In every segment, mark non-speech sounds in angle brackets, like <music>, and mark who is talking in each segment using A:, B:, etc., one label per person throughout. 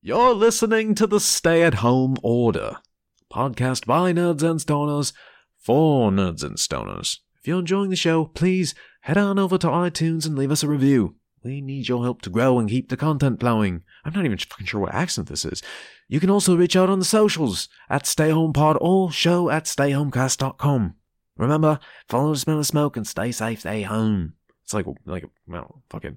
A: You're listening to the Stay at Home Order, podcast by nerds and stoners for nerds and stoners. If you're enjoying the show, please head on over to iTunes and leave us a review. We need your help to grow and keep the content flowing. I'm not even fucking sure what accent this is. You can also reach out on the socials at Stay Home Pod or show at stayhomecast.com. Remember, follow the smell of smoke and stay safe, stay home. It's like like well, fucking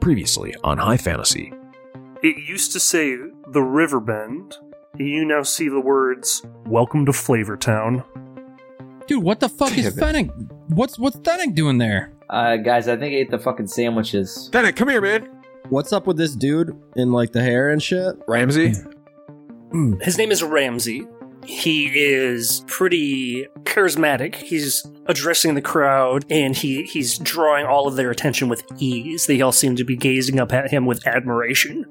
A: previously on High Fantasy.
B: It used to say the Riverbend. You now see the words "Welcome to Flavortown."
C: Dude, what the fuck is
A: Damn
C: Fennec? What's what's Fennec doing there?
D: Uh, guys, I think I ate the fucking sandwiches.
A: Bennett, come here, man.
E: What's up with this dude in like the hair and shit?
A: Ramsey,
B: His name is Ramsey. He is pretty charismatic. He's addressing the crowd, and he he's drawing all of their attention with ease. They all seem to be gazing up at him with admiration.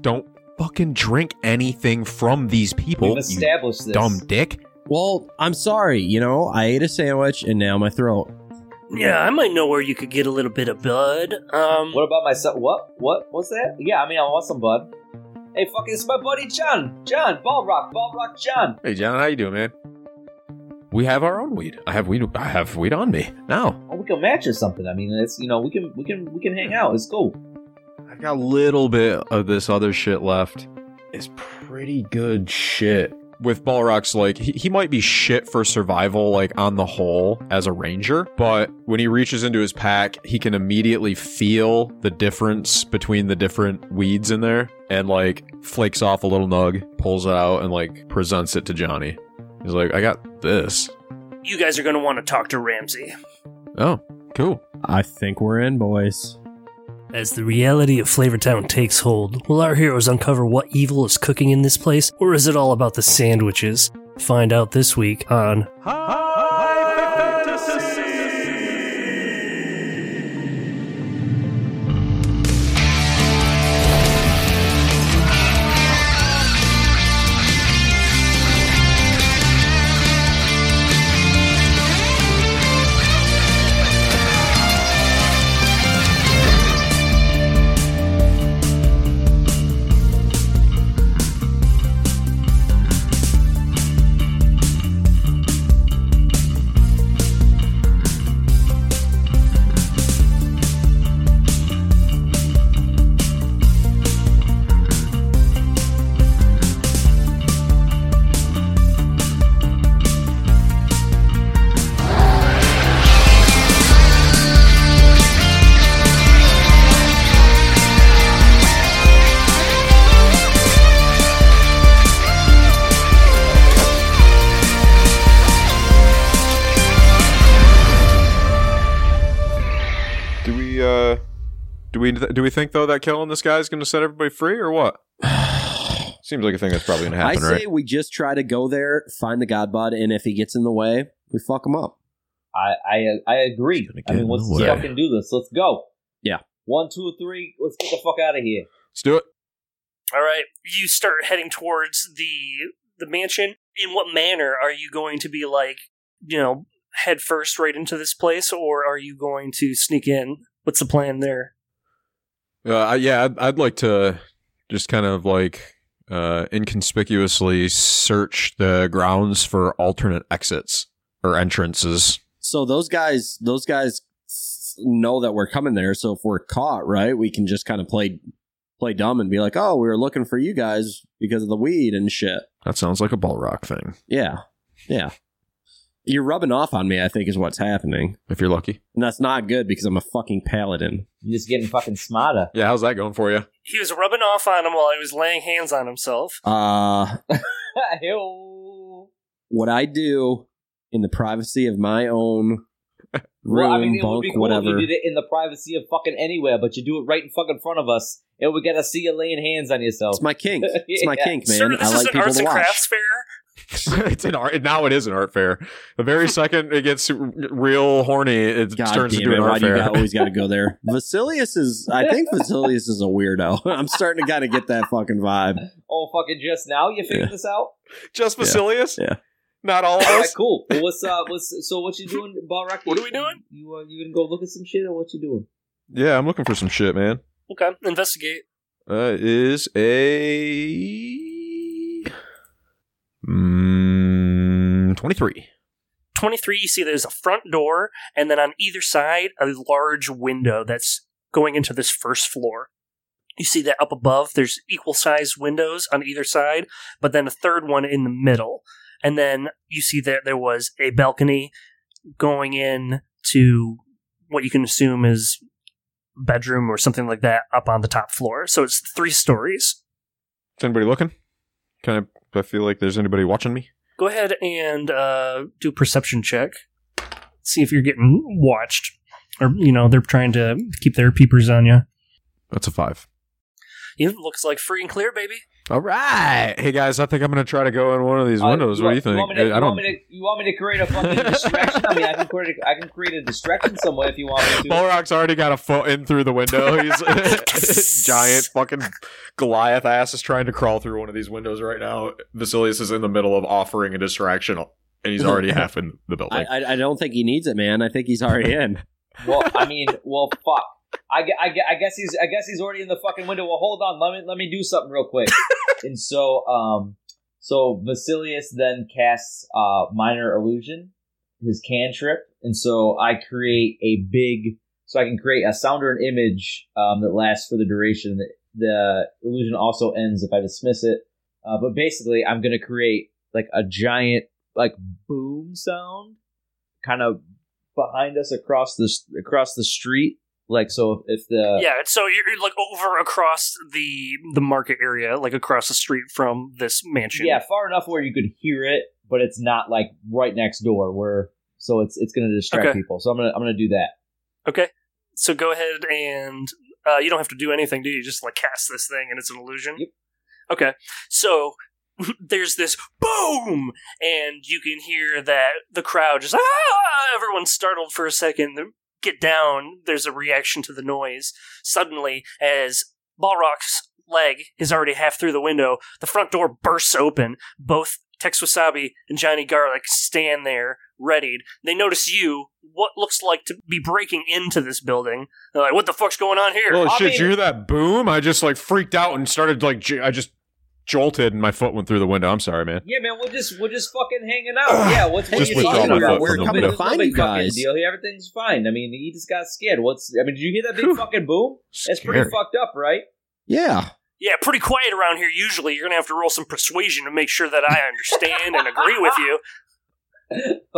A: don't fucking drink anything from these people.
D: We've
A: You
D: established this.
A: dumb dick.
E: Well, I'm sorry, you know, I ate a sandwich and now my throat.
B: Yeah, I might know where you could get a little bit of bud. Um,
D: What about myself? What? What? What's that? Yeah, I mean, I want some bud. Hey, fucking, it's my buddy John. John, Ball Rock, Ball Rock John.
A: Hey, John, how you doing, man? We have our own weed. I have weed. I have weed on me now.
D: Oh, we can match or something. I mean, it's you know, we can we can we can hang out. It's cool.
A: I've got a little bit of this other shit left. It's pretty good shit. With Balrog's, like, he, he might be shit for survival, like, on the whole, as a ranger, but when he reaches into his pack, he can immediately feel the difference between the different weeds in there and, like, flakes off a little nug, pulls it out, and, like, presents it to Johnny. He's like, I got this.
B: you guys are going to want to talk to Ramsey.
A: Oh, cool.
E: I think we're in, boys. <sighs>
B: As the reality of Flavortown takes hold, will our heroes uncover what evil is cooking in this place, or is it all about the sandwiches? Find out this week on.
F: Do we uh do we do we think though that killing this guy is going to set everybody free or what? Seems like a thing that's probably going to happen,
E: <laughs> I say
F: right?
E: we just try to go there, find the god bud, and if he gets in the way, we fuck him up.
D: I I I agree.
A: He's gonna
D: I
A: get in
D: mean,
A: the
D: let's
A: way.
D: fucking do this. Let's go.
E: Yeah.
D: One, two, three. Let's get the fuck out of here.
F: Let's do it.
B: All right, you start heading towards the the mansion. In what manner are you going to be like, you know, head first right into this place, or are you going to sneak in? What's the plan there?
F: Uh, I- yeah, I'd, I'd like to just kind of like uh, inconspicuously search the grounds for alternate exits or entrances.
E: So those guys, those guys s- know that we're coming there. So if we're caught, right, we can just kind of play play dumb and be like, "Oh, we were looking for you guys because of the weed and shit."
F: That sounds like a Balrog thing,
E: Yeah, yeah. You're rubbing off on me. I think is what's happening.
F: if you're lucky.
E: And that's not good because I'm a fucking paladin.
D: You're just getting fucking smarter. <laughs>
F: Yeah, how's that going for <laughs> you?
B: He was rubbing off on him while he was laying hands on himself.
E: Uh
D: Ew.
E: what I do in the privacy of my own room,
D: <laughs> Well, I mean, it would
E: bunk,
D: be cool if
E: whatever.
D: you did it in the privacy of fucking anywhere, but you do it right in fucking front of us, and we gotta see you laying hands on yourself.
E: It's my kink.
D: <laughs>
E: It's my
D: Yeah.
E: kink, man.
B: Sir,
E: I
B: this is
E: like
B: an
E: people
B: arts
E: to
B: and
E: watch.
B: crafts fair.
A: it's an art. Now it is an art fair. The very second it gets r- real horny, it
E: God
A: turns
E: damn
A: into
E: it!
A: an
E: Why
A: art
E: do you
A: fair.
E: got, always got to
A: <laughs>
E: go there? Vasilius is. I think Vasilius is a weirdo. <laughs> I'm starting to kind of get that
A: <laughs>
E: fucking vibe.
D: oh, fucking just now you figured
E: Yeah. <laughs>
D: this out?
A: Just
E: Yeah.
A: Basilius?
E: Yeah.
A: Not all of
D: All
F: <laughs>
D: right,
A: us.
D: cool. Well, what's uh, what's so what you doing, Balrock?
B: What are we doing?
D: You uh, you gonna go look at some shit, or what you doing?
A: Yeah, I'm looking for some shit, man.
B: Okay, investigate.
A: Uh, is a mm, 23.
B: 23, you see there's a front door, and then on either side, a large window that's going into this first floor. You see that up above, there's equal sized windows on either side, but then a third one in the middle. And then you see that there was a balcony going in to what you can assume is bedroom or something like that up on the top floor. So it's three stories.
A: Is anybody looking? Kind of. I feel like there's anybody watching me.
B: Go ahead and uh, do a perception check. See if you're getting watched, or you know they're trying to keep their peepers on you.
A: That's a five.
B: It looks like free and clear, baby.
A: All right. Hey guys, I think I'm gonna try to go in one of these
D: Uh,
A: windows. what do you think?
D: want me to-
A: I
D: you want me to- you want me to create a fucking distraction? I mean, I can create a, I can create a distraction somewhere if you want me to.
A: Balrog's already got a foot in through the window. He's
D: <laughs>
A: <laughs> giant fucking Goliath ass is trying to crawl through one of these windows right now. Basilius is in the middle of offering a distraction, and he's
D: <laughs>
A: already half in the
E: I,
A: building.
E: I, I don't think he needs it, man. I think he's already in.
D: Well, I mean, well, fuck. I, gue- I, gue- I guess he's I guess he's already in the fucking window. Well, hold on. Let me let me do something real quick. and so um so Vasilius then casts uh minor illusion, his cantrip, and so I create a big so I can create a sound or an image um, that lasts for the duration. The, the illusion also ends if I dismiss it. Uh, but basically, I'm gonna create like a giant like boom sound, kind of behind us across the across the street. Like so, if
E: Uh.
D: the
B: yeah, so you're, you're like over across the the market area, like across the street from this mansion.
D: yeah, far enough where you could hear it, but it's not like right next door where so it's it's gonna distract
B: Okay.
D: people. So I'm gonna I'm gonna do that.
B: Okay. So go ahead and uh, you don't have to do anything, do you? Just like cast this thing, and it's an illusion.
D: Yep.
B: Okay. So <laughs> there's this boom, and you can hear that the crowd just ah! Everyone's startled for a second. They Get down. There's a reaction to the noise. Suddenly, as Balrog's leg is already half through the window, the front door bursts open. Both Tex Wasabi and Johnny Garlic stand there, readied. They notice you, what looks like to be breaking into this building. They're like, what the fuck's going on
D: <laughs>
B: here?
A: Oh
D: I
A: shit!
D: mean-
A: Did you hear that boom? I just like freaked out and started like j- I just jolted, and my foot went through the window. I'm sorry, man.
D: Yeah, man, we're just we're just fucking hanging out. Yeah, what's what
A: Just
D: are you
A: withdraw
D: talking
A: my
D: about?
A: foot
D: There's
A: from
D: no
A: the
E: window.
D: big- there's no big
E: Find you
D: fucking
E: guys.
D: Deal here, everything's fine. I mean, he just got scared. What's I mean? Did you hear that big fucking boom? That's pretty
A: Scary.
D: fucked up, right?
E: Yeah.
B: Yeah, pretty quiet around here usually. You're going to have to roll some persuasion to make sure that I understand and agree with you. <laughs>
D: <laughs>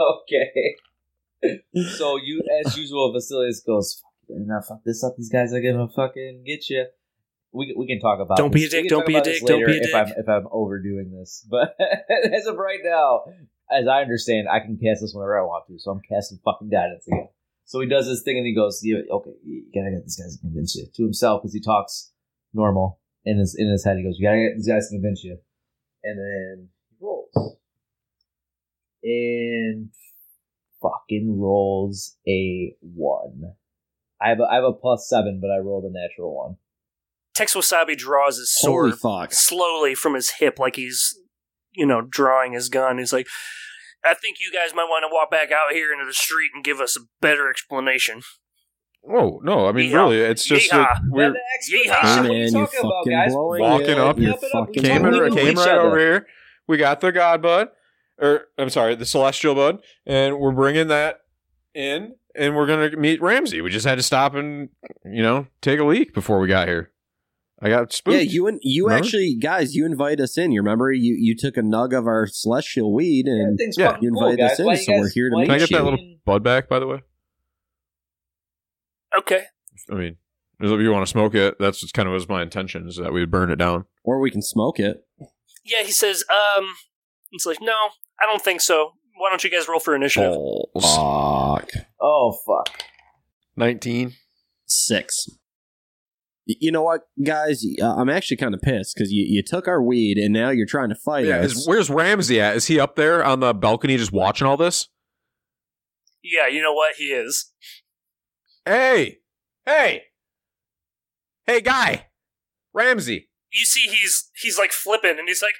D: Okay. so you, as usual, Vasilius goes. Now fuck this up. These guys are gonna fucking get you. We, we can talk about.
B: Don't be
D: this.
B: a dick,
D: We can
B: don't
D: talk
B: be a
D: about this
B: dick, don't
D: later
B: be a
D: If I'm if I'm overdoing this, <laughs> but as of right now, as I understand, I can cast this whenever I want to. So I'm casting fucking guidance again. So he does this thing and he goes, yeah, "Okay, you gotta get these guys to convince you." To himself, because he talks normal in his in his head, he goes, "You gotta get these guys to convince you," and then he rolls and fucking rolls a one. I have a, I have a plus seven, but I rolled a natural one.
B: Tex Wasabi draws his
E: Holy
B: sword
E: fuck.
B: slowly from his hip like he's, you know, drawing his gun. He's like, I think you guys might want to walk back out here into the street and give us a better explanation.
A: Whoa! No, I mean
B: Yeehaw.
A: really, it's just that
B: Yeehaw.
A: we're
D: That
B: Yeehaw.
D: explanation, what
E: Hey, man, you're
D: are you talking about,
E: fucking
D: guys?
E: blowing
A: Walking up,
E: you're
D: Yep, it up.
E: fucking
D: You're
A: came,
E: Talking
D: totally
A: in,
E: about
D: with
A: came
D: each
A: right
D: other.
A: over here. We got the God Bud, or I'm sorry, the Celestial Bud, and we're bringing that in, and we're gonna meet Ramsey. We just had to stop and you know take a leak before we got here. I got spooked.
E: Yeah, you and you
A: Remember?
E: actually, guys, you invited us in. You remember you you took a nug of our celestial weed and
D: Everything's
A: Yeah.
D: fucking
E: You
D: cool,
E: invited
D: guys.
E: us in,
D: Why you
E: so we're
D: guys-
E: here to
D: why
E: meet
D: you
A: Can I get
D: guys
A: that little
D: being-
A: Bud back, by the way?
B: Okay.
A: I mean, if you want to smoke it, that's what kind of was my intention is that we would burn it down.
E: or we can smoke it.
B: Yeah, he says, um, it's like, no, I don't think so. Why don't you guys roll for initiative?
A: Oh. Balls.
E: Fuck.
D: Oh fuck.
A: 19.
E: Six. Y- You know what, guys? Uh, I'm actually kind of pissed because you, you took our weed and now you're trying to fight
A: Yeah,
E: us.
A: is, where's Ramsey at? Is he up there on the balcony just watching all this?
B: Yeah, you know what? He is.
A: Hey! Hey! Hey, guy! Ramsey!
B: You see, he's he's like flipping, and he's like,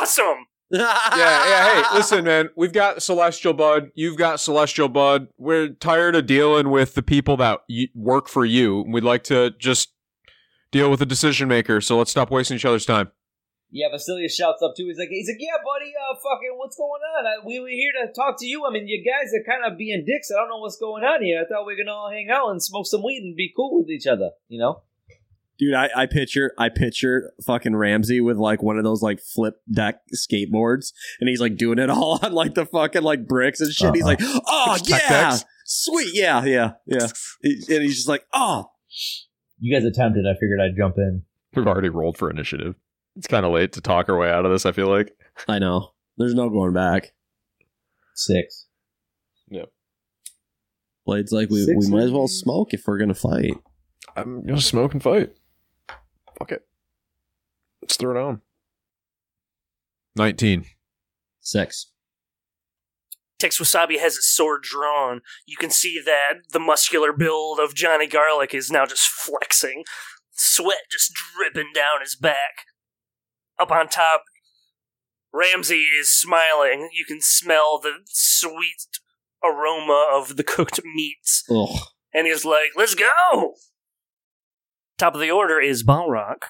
B: "Awesome!"
A: yeah, yeah.
E: <laughs>
A: Hey, listen, man. We've got Celestial Bud. You've got Celestial Bud. We're tired of dealing with the people that y- work for you. We'd like to just deal with the decision maker. So let's stop wasting each other's time.
D: Yeah, Vasilius shouts up too. He's like, he's like, yeah, buddy, uh, fucking, what's going on? I, we were here to talk to you. I mean, you guys are kind of being dicks. I don't know what's going on here. I thought we were gonna all hang out and smoke some weed and be cool with each other. You know?
E: Dude, I, I picture I picture fucking Ramsey with like one of those like flip deck skateboards, and he's like doing it <laughs> all on like the fucking like bricks and shit. He's like, oh
A: Tic-tac
E: yeah,
A: Uh-huh. decks.
E: sweet, yeah, yeah,
A: <laughs>
E: yeah. He- And he's just like, oh,
D: You guys attempted. I figured I'd jump in.
A: We've already rolled for initiative. It's kind of late to talk our way out of this. I feel like.
E: I know. There's no going back.
D: Six.
E: Blade's like, we,
D: Six
E: we might as well
D: minutes.
E: smoke if we're gonna fight.
A: I'm gonna smoke and fight. Fuck it. Let's throw it on. Nineteen.
E: Six.
B: Tex Wasabi has his sword drawn. You can see that the muscular build of Johnny Garlic is now just flexing, sweat just dripping down his back. Up on top, Ramsey is smiling. You can smell the sweet aroma of the cooked meats,
E: Ugh.
B: and he's like, "Let's go." Top of the order is Balrock.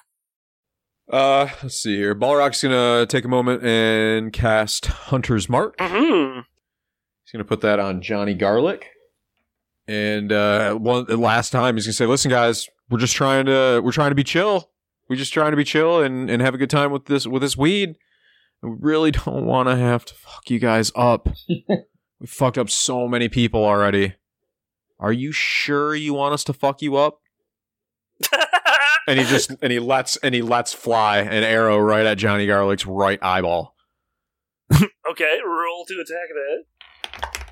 A: Uh, let's see here. Balrog's gonna take a moment and cast Hunter's Mark.
B: Mm-hmm.
A: He's going to put that on Johnny Garlic. And uh, one the last time, he's going to say, "Listen, guys, we're just trying to we're trying to be chill. We're just trying to be chill and, and have a good time with this with this weed. We really <laughs> don't want to have to fuck you guys up. we fucked up so many people already. Are you sure you want us to fuck you up?" And he just and he lets and he lets fly an arrow right at Johnny Garlic's right eyeball.
B: <laughs> okay, roll to attack that.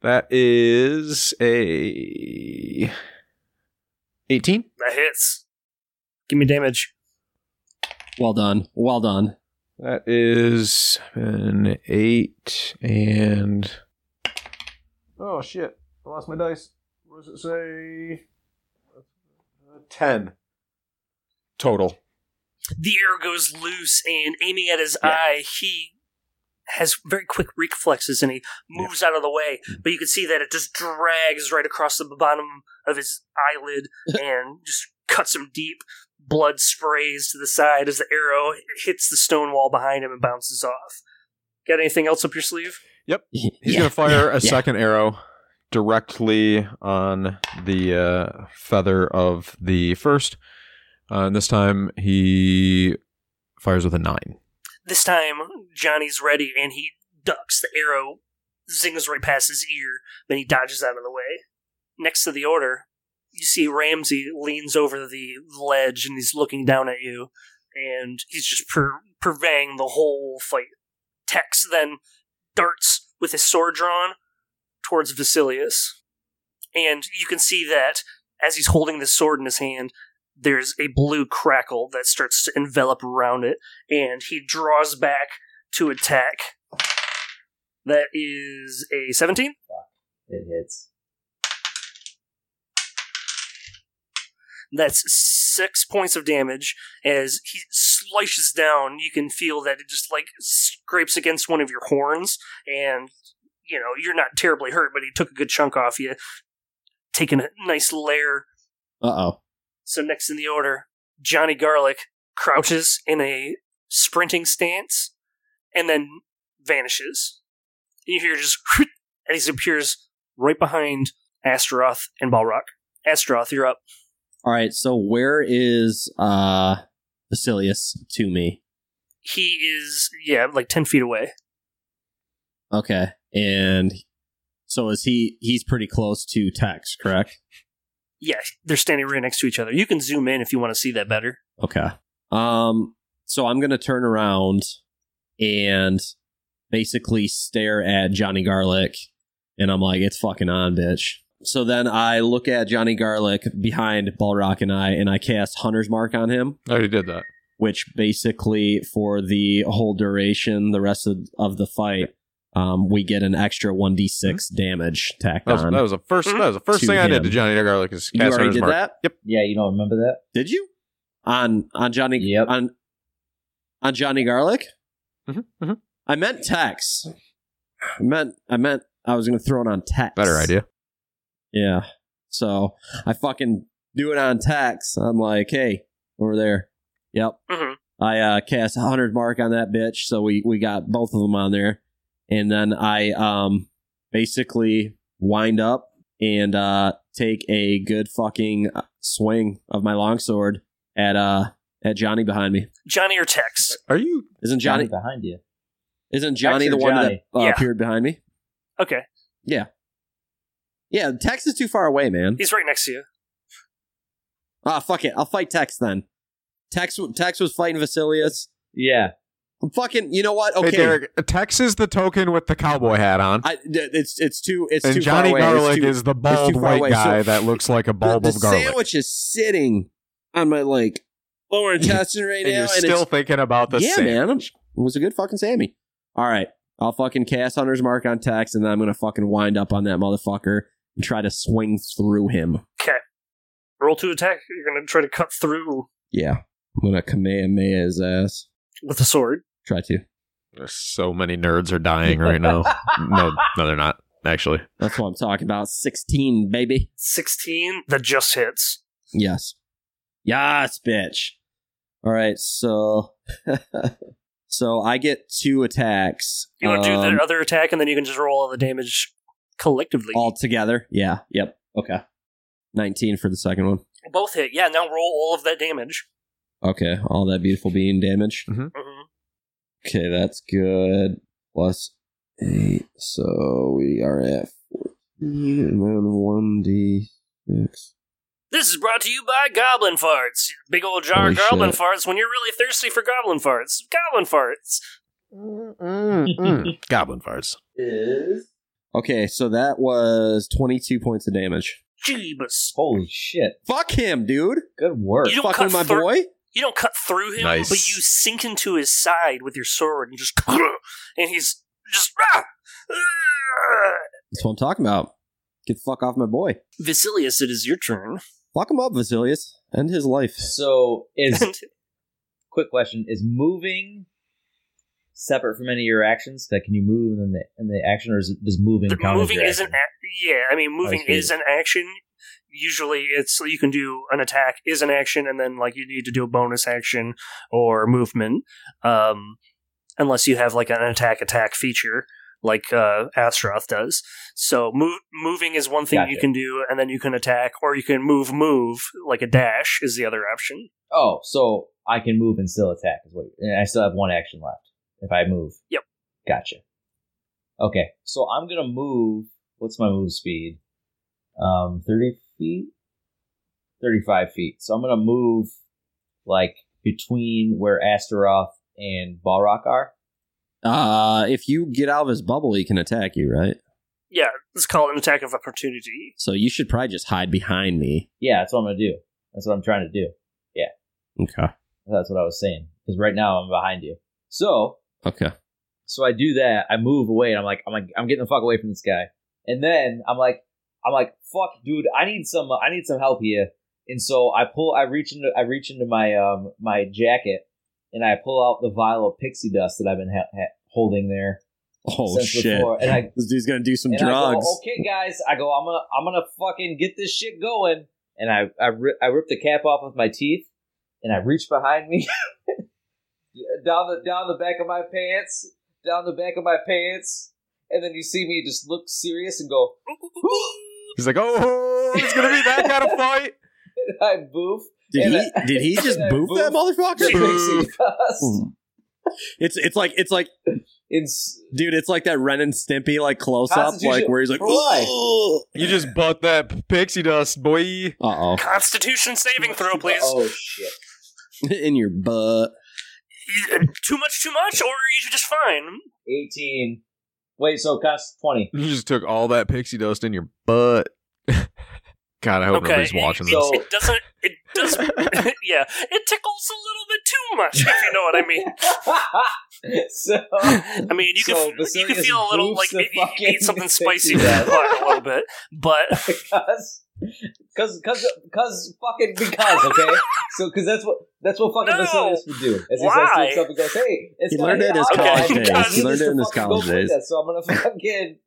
A: That is a eighteen.
B: That hits. Give me damage.
E: Well done. Well done.
A: That is an eight and. Oh shit! I lost my dice. What does it say? Uh, Ten total.
B: the air goes loose and aiming at his eye he has very quick reflexes and he moves out of the way but you can see that it just drags right across the bottom of his eyelid and just cuts him deep blood sprays to the side as the arrow hits the stone wall behind him and bounces off got anything else up your sleeve
A: He's
E: <laughs>
A: gonna fire a second arrow directly on the uh, feather of the first, uh, and this time he fires with a nine.
B: this time johnny's ready and he ducks the arrow zings right past his ear then he dodges out of the way next to the order you see ramsey leans over the ledge and he's looking down at you and he's just pur- purveying the whole fight tex then darts with his sword drawn towards Vasilius. And you can see that as he's holding the sword in his hand, there's a blue crackle that starts to envelop around it, and he draws back to attack. That is a 17.
D: It hits.
B: That's six points of damage as he slices down. You can feel that it just like scrapes against one of your horns, and you know you're not terribly hurt, but he took a good chunk off you, taking a nice layer
E: Uh oh.
B: So next in the order, Johnny Garlic crouches in a sprinting stance and then vanishes. You hear just and he disappears right behind Astaroth and Balrock. Astaroth, you're up.
E: All right. So where is uh Basilius to me?
B: He is yeah, like ten feet away.
E: Okay. And so is he? He's pretty close to Tex, correct?
B: Yeah, they're standing right next to each other. You can zoom in if you want to see that better.
E: Okay. Um. So I'm gonna turn around and basically stare at Johnny Garlic, and I'm like, it's fucking on, bitch. So then I look at Johnny Garlic behind Balrock and I, and I cast Hunter's Mark on him,
A: I already did that.
E: which basically for the whole duration, the rest of, of the fight, um, we get an extra 1d6 damage tacked
A: That was,
E: on.
A: that was the first. That was the first
E: To
A: thing I did to
E: him.
A: Johnny Garlic is
E: you
A: cast
E: already
A: Hunter's
E: did
A: mark.
E: that?
A: Yep.
D: Yeah, you don't remember that?
E: Did you? On on Johnny
D: Yep.
E: on on Johnny Garlic?
A: Mhm, mhm.
E: I meant Tex. I meant I meant I was gonna throw it on Tex.
A: Better idea.
E: Yeah. So I fucking do it on Tex. I'm like, hey, over there. Yep.
B: Mhm.
E: I uh, cast hundred mark on that bitch, so we we got both of them on there, and then I um basically wind up and uh take a good fucking uh, swing of my longsword at uh at Johnny behind me.
B: Johnny or Tex?
A: Are you?
E: Isn't Johnny
D: behind you.
E: isn't Johnny the
D: Extra
E: one
D: Johnny.
E: that uh,
B: Yeah.
E: appeared behind me?
B: Okay,
E: Yeah, Tex is too far away, man.
B: he's right next to you.
E: Ah, fuck it. I'll fight Tex then. Tex Tex was fighting Vasilius.
D: Yeah.
E: I'm fucking. You know what?
A: Okay.
E: Okay.
A: Hey, Derek. Tex is the token with the cowboy hat on,
E: I, it's it's too it's
A: and
E: too
A: Johnny
E: far away. It's
A: Garlic
E: too-
A: is the bald
E: too far
A: white
E: away,
A: guy
E: so-
A: that looks like a bulb
E: the,
A: of garlic.
E: sandwich is sitting on my like
A: <laughs>
E: lower intestine right
A: and
E: now.
A: you're still thinking about the
E: it's, yeah,
A: sandwich.
E: man. I'm, it was a good fucking Sammy. All right, I'll fucking cast Hunter's Mark on Tex, and then I'm gonna fucking wind up on that motherfucker and try to swing through him.
B: Roll to attack. You're gonna try to cut through
E: Yeah, I'm gonna Kamehameha his ass.
B: with a sword.
E: Try to.
A: There's so many nerds are dying right
B: <laughs>
E: <laughs>
A: now. no, no, they're not actually.
E: That's what I'm talking about. 16, baby.
B: 16 that just hits.
E: Yes. Yes, bitch. All right, so <laughs> so I get two attacks.
B: You want to do
E: um,
B: the other attack, and then you can just roll all the damage collectively.
E: all together? Yeah. Yep. Okay. 19 for the second one.
B: Both hit. Yeah, now roll all of that damage.
E: Okay, all that beautiful being damage.
B: Mhm.
E: Okay, that's good. Plus 8. So we are at 14 and then 1d6.
B: This is brought to you by Goblin Farts. Big old jar of
E: Holy
B: Goblin
E: shit.
B: Farts when you're really thirsty for Goblin Farts. Goblin Farts. Hmm.
E: Hmm.
A: Mm, <laughs> Goblin farts.
D: Is
E: Okay, so that was 22 points of damage.
B: Jeebus.
D: holy shit.
E: Fuck him, dude.
D: Good work.
B: You don't
E: Fucking
B: cut
E: my
B: thir-
E: boy.
B: You don't cut through him,
A: Nice.
B: but you sink into his side with your sword and just. <laughs> And he's just. Ah! Ah!
E: That's what I'm talking about. Get the fuck off my boy.
B: Vasilius, it is your turn.
E: Fuck him up, Vasilius. End his life.
D: So
B: <laughs>
D: is
B: And
D: quick question is moving separate from any of your actions? Like, can you move in the in the action, or is it, does moving
B: The
D: count? as
B: moving
D: your
B: is an
D: action?
B: ac- yeah. I mean, moving
D: see.
B: is an action. Usually, it's you can do an attack is an action, and then like you need to do a bonus action or movement, um, unless you have like an attack attack feature like uh, Astroth does. So move, moving is one thing you
D: Gotcha.
B: can do, and then you can attack, or you can move move like a dash is the other option.
D: Oh, so I can move and still attack. Is what? And I still have one action left if I move.
B: Yep.
D: Gotcha. Okay, so I'm gonna move. What's my move speed? Um, thirty feet, thirty-five feet. So I'm gonna move like between where Astaroth and Balrock are.
E: Uh, if you get out of his bubble, he can attack you, right?
B: Yeah, let's call it an attack of opportunity.
E: So you should probably just hide behind me.
D: Yeah, that's what I'm gonna do. That's what I'm trying to do.
E: Okay.
D: That's what I was saying. Because right now I'm behind you. So
E: Okay.
D: So I do that. I move away, and I'm like, I'm like, I'm getting the fuck away from this guy. And then I'm like, I'm like, fuck, dude, I need some, I need some help here. And so I pull, I reach into, I reach into my, um, my jacket, and I pull out the vial of pixie dust that I've been ha- ha- holding there
E: Oh
D: since
E: shit.
D: before. And I,
E: this dude's gonna do some
D: and I
E: drugs.
D: go, okay, guys, I go, I'm gonna, I'm gonna fucking get this shit going. And I, I, ri- I rip the cap off with my teeth, and I reach behind me, <laughs> down the, down the back of my pants, down the back of my pants, and then you see me just look serious and go, <laughs>
A: He's like, oh, it's gonna be that kind of fight.
D: and I boof.
E: did
D: and
E: he?
D: I-
E: did he
D: <laughs>
E: just
D: and I
E: boof that
D: the
E: motherfucker?
D: pixie
E: Hmm.
D: dust.
E: It's it's like it's like
D: It's
E: dude. It's like that Ren and Stimpy like close up,
D: Constitution-
E: like where he's like,
D: for life.
A: You just butt that pixie dust, boy.
E: <laughs> uh oh,
B: Constitution saving throw, please.
D: Oh shit!
E: in your butt.
B: too much, too much, or you're just fine.
D: 18. Wait, so cast 20.
A: You just took all that pixie dust in your butt. <laughs> God, I hope
B: Okay,
A: nobody's
B: it-
A: watching
D: so-
A: this.
B: It doesn't. It
D: <laughs>
B: does. <laughs> yeah, it tickles a little bit too much, if you know what I mean.
D: so,
E: <laughs>
B: I mean, you
D: <laughs> So
B: can f- you can
D: Basilius
B: feel a little like
D: boosts the
B: you- you
D: fucking
B: need something spicy in
D: pixie
B: your
D: dust.
B: butt a little bit,
D: <laughs>
B: but <laughs>
D: because, because, because, because, fucking
B: <laughs>
D: because, okay? So, because that's what that's what fucking
B: No.
D: Basilius would do. As he says to
B: Why?
D: himself, he goes, "Hey, it's
E: He
D: not
E: learned it in his
D: alcohol.
B: college
D: I
B: days.
D: just
B: He
E: learned
D: need
E: it in
D: to
E: his
D: fucking
E: college
D: go play
E: days.
D: that, so I'm gonna <laughs> fucking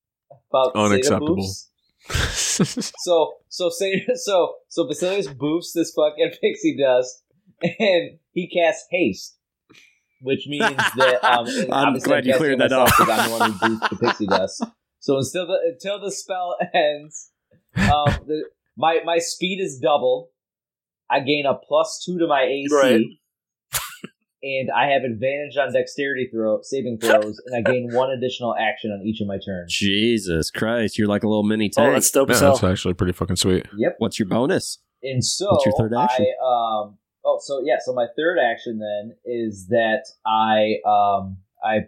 D: about say the
A: Unacceptable.
D: boofs.
A: <laughs>
D: So, so say <laughs> so so Basilius boofs this <laughs> fucking pixie dust, and he casts haste,
E: <laughs>
D: which means that um, and
E: I'm
D: obviously
E: glad you
D: casting
E: cleared that
D: myself
E: up.
D: 'cause I'm the one who boofed the pixie dust. So until the until the spell <laughs> ends,
E: <laughs>
D: um, the, my my speed is double. I gain a plus two to my AC,
B: Right.
D: and I have advantage on dexterity throw saving throws, and I gain one additional action on each of my turns.
E: Jesus Christ, you're like a little mini
B: oh,
E: tank.
B: that's dope
A: Man,
B: as hell.
A: that's actually pretty fucking sweet.
D: Yep.
E: What's your bonus?
D: And so
E: What's your third action?
D: I um oh so yeah, so my third action then is that I um I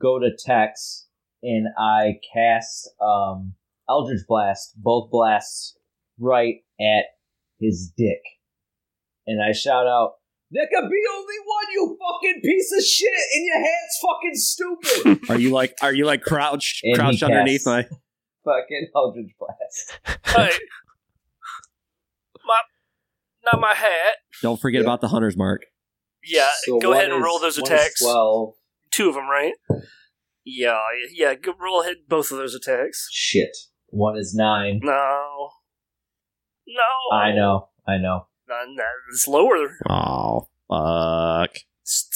D: go to Tex and I cast um Eldritch Blast, both blasts right at his dick. And I shout out, There can be only one, you fucking piece of shit, and your hand's
E: <laughs>
D: fucking stupid.
E: Are you like are you like <laughs> crouched
D: And he
E: crouched underneath
D: casts.
E: my
D: fucking Eldritch Blast.
B: Hey, my not my hat.
E: Don't forget about the hunter's mark.
B: Yeah,
D: So
B: go ahead
D: one
B: and roll
D: is-
B: those
D: one is
B: attacks.
D: Twelve.
B: Two of them, right? Yeah, yeah. Go roll hit both of those attacks.
D: Shit. One is nine.
B: No, no.
D: I know. I know.
B: No, no, it's lower.
E: Oh fuck.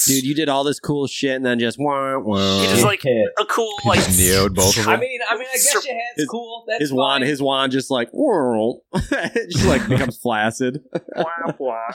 E: Dude, you did all this cool shit and then just wah, wah.
B: He just like
D: Yeah.
B: a cool
A: He
B: like
A: just neoed both of
D: I
A: them.
D: mean, I mean, I guess
B: Sur-
D: your hand's
E: His-
D: cool. That's
E: his wand
D: fine.
E: his wand just like whirl. <laughs> it just <laughs> like becomes flaccid.
B: wah, wah.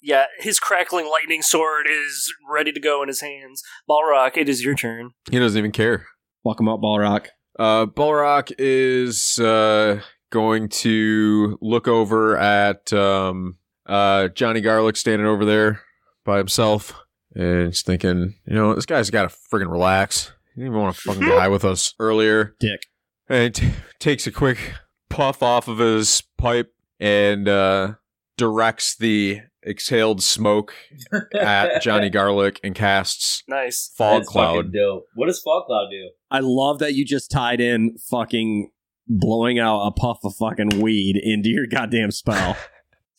B: Yeah, his crackling lightning sword is ready to go in his hands. Balrock, it is your turn.
A: He doesn't even care.
E: Welcome up, Balrock.
A: Uh, Balrock is uh, going to look over at um, uh, Johnny Garlic standing over there by himself, and he's thinking, you know, this guy's got to friggin' relax. He didn't even want to fucking die with us earlier.
E: Dick.
A: And he t- takes a quick puff off of his pipe and uh, directs the exhaled smoke
D: <laughs>
A: at Johnny Garlic and casts
B: Nice.
A: fog
D: That's fucking
A: cloud.
D: Dope. What does fog cloud do?
E: I love that you just tied in fucking blowing out a puff of fucking weed into your goddamn spell.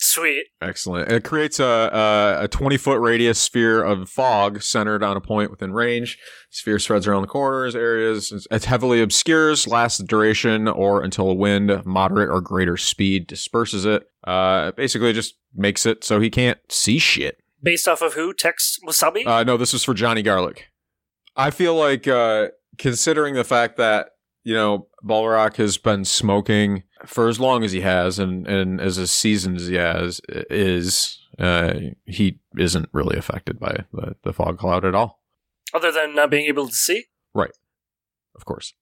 B: Sweet.
A: Excellent. It creates a a twenty foot radius sphere of fog centered on a point within range. Sphere spreads around the corners, areas. It heavily obscures, lasts the duration, or until a wind of moderate or greater speed disperses it. Uh, basically, just makes it so he can't see shit.
B: Based off of who? Tex Wasabi?
A: Uh, no, this was for Johnny Garlic. I feel like uh, considering the fact that you know Balrock has been smoking for as long as he has, and and as as seasoned as he has is, uh, he isn't really affected by the, the fog cloud at all.
B: Other than not being able to see?
A: Of course,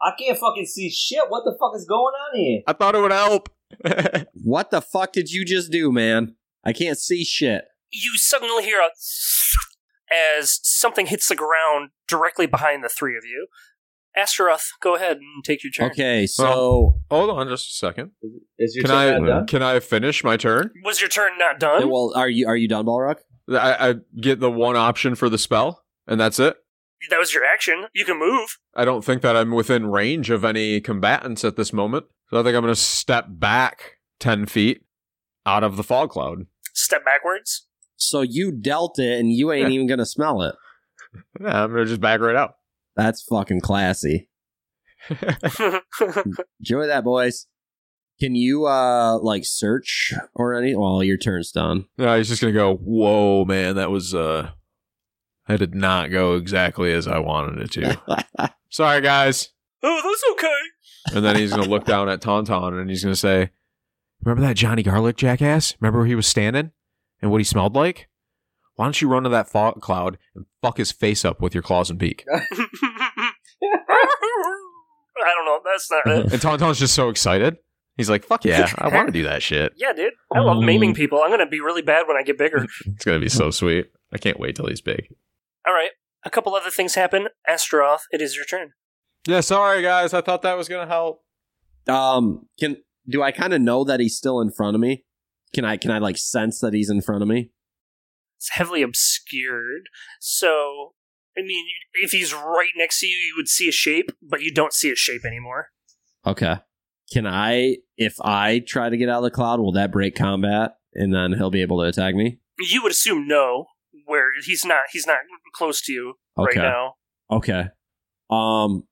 D: I can't fucking see shit. What the fuck is going on here?
A: I thought it would help.
E: <laughs>
A: <laughs>
E: what the fuck did you just do, man? I can't see shit.
B: You suddenly hear a as something hits the ground directly behind the three of you. Astaroth, go ahead and take your turn.
E: Okay, so
A: Hold on, just a second.
D: Is your
A: Can
D: turn not
A: I
D: done?
A: can I finish my turn?
B: Was your turn not done?
E: well are you are you done, Balrock?
A: I, I get the one option for the spell, and that's it.
B: that was your action. You can move.
A: I don't think that I'm within range of any combatants at this moment. So I think I'm going to step back 10 feet out of the fog cloud.
B: Step backwards. <laughs>
E: So you dealt it and you ain't even gonna smell it.
A: Yeah, I'm going to just back right out.
E: That's fucking classy.
B: Oh,
E: Enjoy that, boys. Can you uh like search or any well your turn's done.
A: No, he's just going to go, whoa, man, that was, uh, that did not go exactly as I wanted it <laughs> to. Sorry, guys.
B: oh, that's okay.
A: And then he's going to look down at Tauntaun and he's going to say, Remember that Johnny Garlic jackass? Remember where he was standing and what he smelled like? Why don't you run to that fog cloud and fuck his face up with your claws and beak?
B: I don't know. That's not it.
A: And Tauntaun's just so excited. He's like, fuck yeah, I want to do that shit.
B: Yeah, dude. I love maiming people. I'm going to be really bad when I get bigger.
E: <laughs>
A: It's going to be so sweet.
G: I can't wait till he's big.
B: All right. A couple other things happen. Astroth, it is your turn.
A: Yeah, sorry guys. I thought that was gonna help.
E: <laughs> Um, can do I kind of know that he's still in front of me? Can I can I like sense that he's in front of me?
B: It's heavily obscured. So, I mean, if he's right next to you, you would see a shape, but you don't see a shape anymore.
E: Okay. Can I if I try to get out of the cloud, will that break combat and then he'll be able to attack me?
B: You would assume no, where he's not. He's not close to you right
E: Okay.
B: now.
E: Okay. Um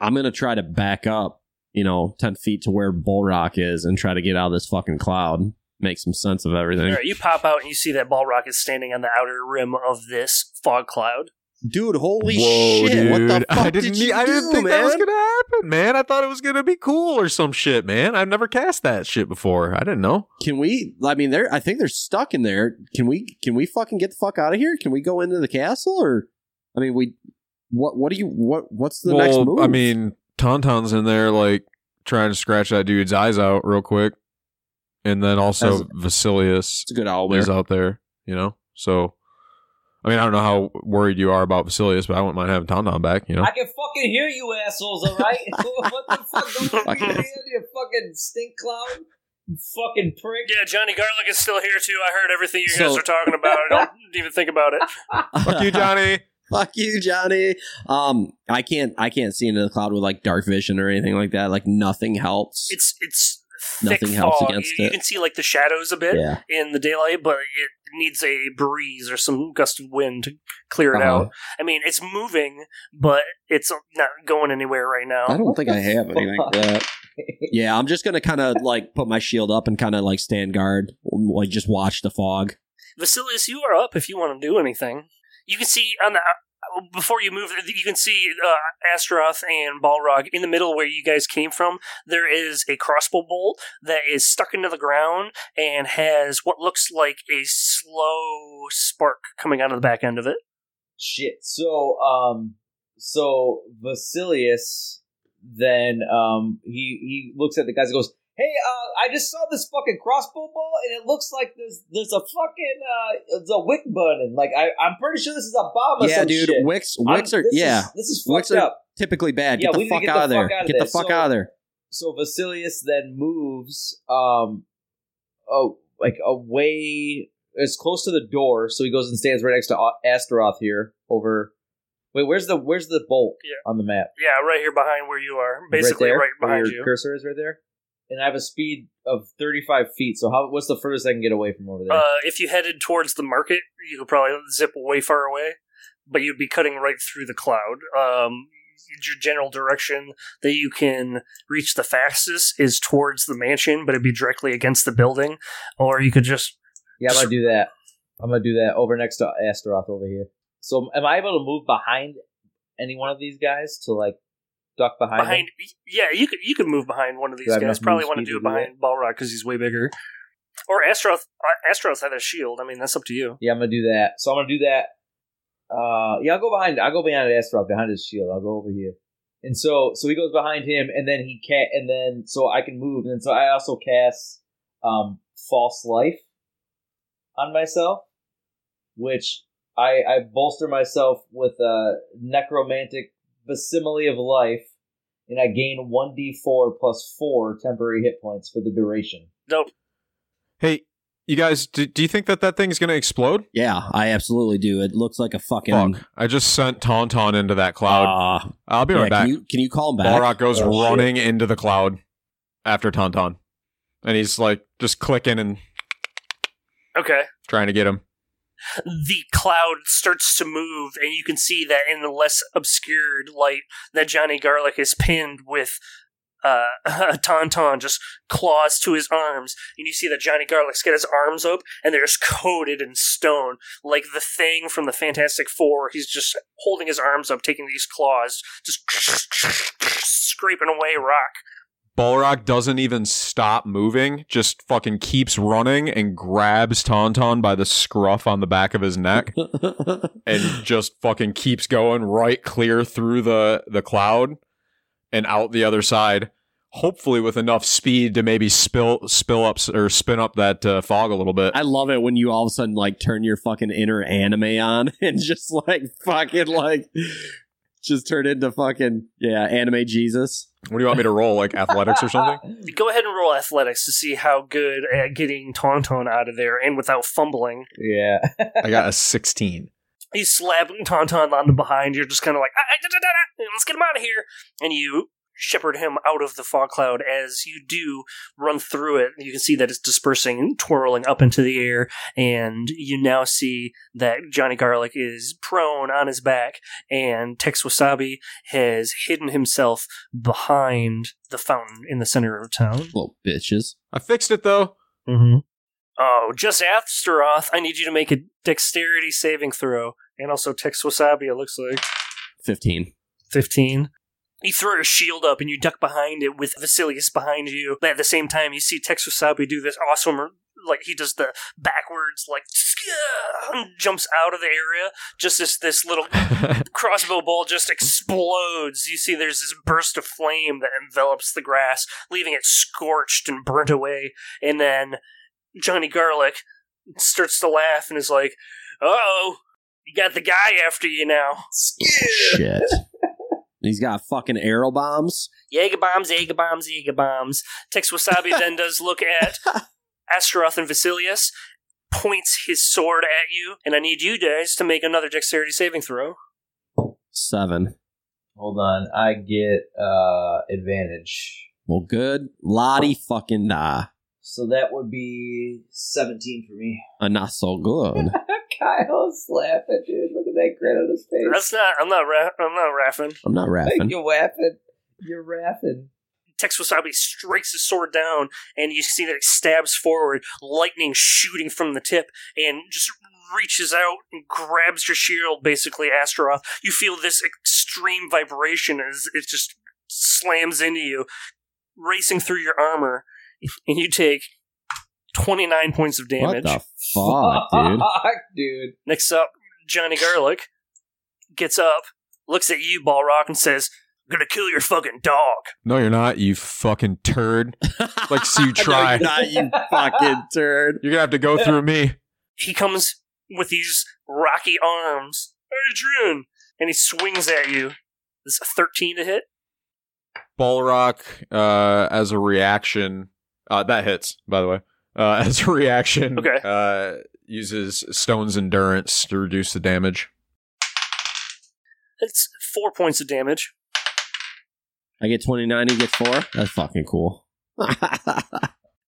E: I'm gonna try to back up, you know, ten feet to where Bull Rock is and try to get out of this fucking cloud. Make some sense of everything.
B: All right, you pop out and you see that Balrog is standing on the outer rim of this fog cloud.
E: Dude, holy
A: Whoa,
E: shit. What the
A: dude. <laughs>
E: fuck
A: I didn't,
E: did you
A: need- I didn't
E: do,
A: think
E: man?
A: that was gonna happen, man. I thought it was gonna be cool or some shit, man. I've never cast that shit before. I didn't know.
E: Can we? I mean, they're. I think they're stuck in there. Can we? Can we fucking get the fuck out of here? Can we go into the castle? Or, I mean, we. What? What do you? What? What's the next move?
A: I mean, Tauntaun's in there like trying to scratch that dude's eyes out real quick, and then also
E: As-
A: Vasilius
E: it's a good owl
A: is
E: <laughs>
A: out there. You know, so I mean, I don't know how worried you are about Vasilius, but I wouldn't mind having Tauntaun back. You know,
D: I can fucking hear you assholes, alright? <laughs> what the fuck? Don't let me
E: Fucking-
D: hear you, fucking stink cloud. You fucking prick.
B: Yeah, Johnny Garlic is still here too. I heard everything you guys
E: So-
B: were talking about. I don't even think about it.
A: <laughs> fuck you, Johnny.
E: Fuck you, Johnny. Um, I can't. I can't see into the cloud with like dark vision or anything like that. Like nothing helps.
B: It's it's thick
E: Nothing helps
B: fog.
E: against
B: you, you
E: it.
B: can see like the shadows a bit
E: yeah.
B: in the daylight, but it needs a breeze or some gust of wind to clear it
E: Uh-huh.
B: out. I mean, it's moving, but it's not going anywhere right
E: I
B: now.
E: don't think I have anything like that. Yeah, I'm just gonna kind of like put my shield up and kind of like stand guard, like just watch the fog.
B: Vasilius, you are up if you want to do anything. You can see on the before you move, you can see uh, Astaroth and Balrog in the middle where you guys came from. There is a crossbow bolt that is stuck into the ground and has what looks like a slow spark coming out of the back end of it.
D: Shit. So, um, so Vasilius, then, um, he he looks at the guys and goes, "Hey, uh, I just saw this fucking crossbow ball, and it looks like there's there's a fucking uh, there's a wick burning. Like, I I'm pretty sure this is a bomb or
E: Yeah,
D: some
E: dude.
D: shit.
E: Wicks.
D: I'm-
E: Wicks are
D: this
E: yeah.
D: Is, this is
E: Wicks
D: fucked
E: are-
D: up.
E: typically bad.
D: Yeah,
E: Get
D: we
E: the
D: need to
E: fuck
D: get the
E: out of there.
D: fuck out of
E: Get the
D: there.
E: fuck
D: So-
E: out of there.
D: so Vasilius then moves um oh like away as close to the door, so he goes and stands right next to A- Astaroth here over Wait, where's the where's the bolt
B: Yeah.
D: on the map?
B: Yeah, right here behind where you are, basically
D: there,
B: right,
D: where
B: behind
D: your
B: you.
D: cursor is right there. And I have a speed of 35 feet, so how what's the furthest I can get away from over there?
B: Uh, if you headed towards the market, you could probably zip way far away, but you'd be cutting right through the cloud. Um, your general direction that you can reach the fastest is towards the mansion, but it'd be directly against the building, or you could just
D: yeah, I'm going to do
B: <laughs>
D: that. I'm going to do that over next to Astaroth over here. So am I able to move behind any one of these guys to like duck behind, them?
B: behind. Yeah, you could you could move behind one of
D: I
B: these
D: have
B: guys.
D: enough
B: Probably
D: move
B: want to
D: speed
B: do
D: to
B: it
D: do
B: behind Balrog because he's way bigger, or Astroth. uh, Astroth had a shield. I mean, that's up to you.
D: Yeah, I'm gonna do that. So I'm gonna do that. Uh, yeah, I'll go behind. I'll go behind Astaroth, behind his shield. I'll go over here. And so, so he goes behind him, and then he can't. And then, so I can move. And so I also cast um, false life on myself, which I, I bolster myself with a necromantic facsimile of life, and I gain one d4 plus four temporary hit points for the duration.
A: Hey, you guys, do, do you think that that thing's gonna explode?
E: Yeah, I absolutely do. It looks like a fucking.
A: Fuck! I just sent Tauntaun into that cloud.
E: Ah,
A: I'll be
E: yeah,
A: right back.
E: can you can you call him back?
A: Balrog goes
D: Oh, shit.
A: running into the cloud after Tauntaun. And he's like just clicking and
B: Okay.
A: trying to get him.
B: the cloud starts to move and you can see that in the less obscured light that Johnny Garlic is pinned with uh, <laughs> a tauntaun just claws to his arms and you see that Johnny Garlic's got his arms up and they're just <laughs> coated in stone like the thing from the Fantastic Four he's just holding his arms up taking these claws just <laughs> scraping away rock
A: Balrog doesn't even stop moving, just fucking keeps running and grabs Tauntaun by the scruff on the back of his neck
E: <laughs>
A: and just fucking keeps going right clear through the, the cloud and out the other side, hopefully with enough speed to maybe spill spill up s- or spin up that uh, fog a little bit.
E: I love it when you all of a sudden like turn your fucking inner anime on <laughs> and just like fucking like just turn into fucking yeah anime Jesus.
A: What do you want me to roll? Like athletics or something?
B: Go ahead and roll athletics to see how good at getting Tauntaun out of there and without fumbling.
D: Yeah.
A: I got a sixteen.
B: He's slapping Tauntaun on the behind. You're just kind of like, "Ah, ah, da, da, da, da, let's get him out of here. And you shepherd him out of the fog cloud as you do run through it. You can see that it's dispersing and twirling up into the air. And you now see that Johnny Garlic is prone on his back, and Tex Wasabi has hidden himself behind the fountain in the center of town.
E: Little bitches.
A: I fixed it though.
B: Mm-hmm. Oh, just after Oth, I need you to make a dexterity saving throw, and also Tex Wasabi. It looks like
E: Fifteen.
B: fifteen. You throw your shield up and you duck behind it with Vasilius behind you. But at the same time, you see Tex Wasabi do this awesome, like he does the backwards, like <sniffs> and jumps out of the area. Just as this little crossbow bolt just explodes. You see there's this burst of flame that envelops the grass, leaving it scorched and burnt away. And then Johnny Garlic starts to laugh and is like, uh oh, you got the guy after you now.
E: Shit. <laughs> He's got fucking arrow bombs.
B: Jager bombs, Jager bombs, Jager bombs. Tex Wasabi then does look at Astaroth and Vasilius, points his sword at you, and I need you guys to make another dexterity saving throw.
E: Seven.
D: Hold on. I get uh advantage.
E: Well, good. Lottie fucking die.
D: So that would be 17 for me. <laughs>
E: Uh, not so good.
D: Kyle's laughing, dude. Look at that grin on his face.
B: That's not. I'm not. Ra- I'm not raffing.
E: I'm not rapping.
D: <laughs> You're laughing. You're laughing.
B: Tex Wasabi strikes his sword down, and you see that it stabs forward, lightning shooting from the tip, and just reaches out and grabs your shield, basically, Astaroth. You feel this extreme vibration as it just slams into you, racing through your armor, <laughs> and you take 29 points of
E: What
B: damage.
E: the
D: <laughs>
E: fuck, dude?
D: Fuck, dude.
B: Next up, Johnny Garlic gets up, looks at you, Balrock, and says, I'm gonna kill your fucking dog.
A: No, you're not. You fucking turd. Like,
E: <laughs>
A: so you try.
E: no, you're not, you fucking
A: <laughs>
E: turd.
A: You're gonna have to go through me.
B: he comes with these rocky arms. Adrian! And he swings at you. This a 13 to hit.
A: Balrock, uh, as a reaction, uh, that hits, by the way. Uh, <laughs> as a reaction,
B: Okay.
A: uh, uses Stone's endurance to reduce the damage.
B: That's four points of damage. <laughs>
E: I get 29, he gets four. That's fucking cool. <laughs>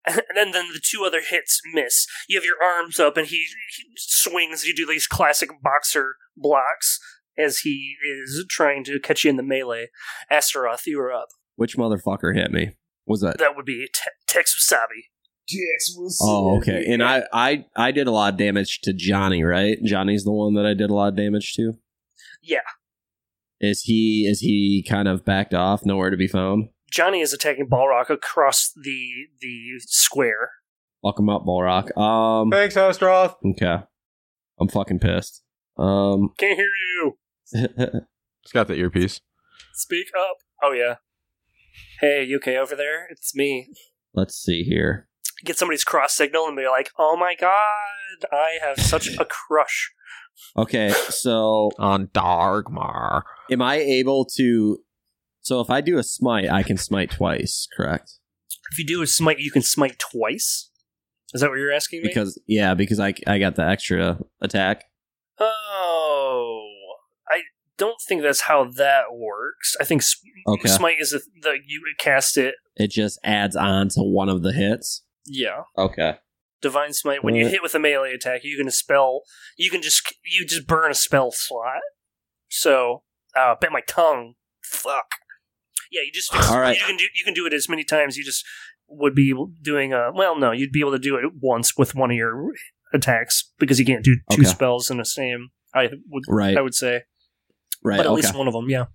B: And then, then the two other hits miss. You have your arms up, and he, he swings. You do these classic boxer blocks as he is trying to catch you in the melee. Astaroth, you are up.
E: Which motherfucker hit me? Was that?
B: That would be te- Tex Wasabi.
D: Jax will
E: Oh, okay. And I, I, I did a lot of damage to Johnny, right? Johnny's the one that I did a lot of damage to.
B: Yeah.
E: Is he? Is he kind of backed off? Nowhere to be found.
B: Johnny is attacking Balrock across the the square.
E: Fuck him up, Balrock. Um.
A: Thanks, Astroth.
E: Okay. I'm fucking pissed. Um. <laughs>
B: Can't hear you.
A: It's got the earpiece.
B: Speak up. Oh yeah. Hey, you okay over there? It's me.
E: let's see here.
B: Get somebody's cross signal and be like, "Oh my god, I have such a crush."
E: Okay. So
A: On Dargmar.
E: am I able to? So if I do a smite, I can smite twice, correct?
B: If you do a smite, you can smite twice. Is that what you're asking me?
E: Because yeah, because I I got the extra attack.
B: oh, I don't think that's how that works. I think s
E: Okay.
B: smite is a, the you cast it.
E: It just adds on to one of the hits.
B: Yeah.
E: Okay.
B: Divine smite. When you
E: Uh.
B: hit with a melee attack, you can spell. You can just you just burn a spell slot. So, uh, bit my tongue. Fuck. Yeah, you just.
E: All right.
B: You can do you can do it as many times. You just would be doing a well. No, you'd be able to do it once with one of your attacks because you can't do two
E: Okay.
B: spells in the same. I would.
E: Right.
B: I would say,
E: Right.
B: but at
E: okay.
B: least one of them. Yeah.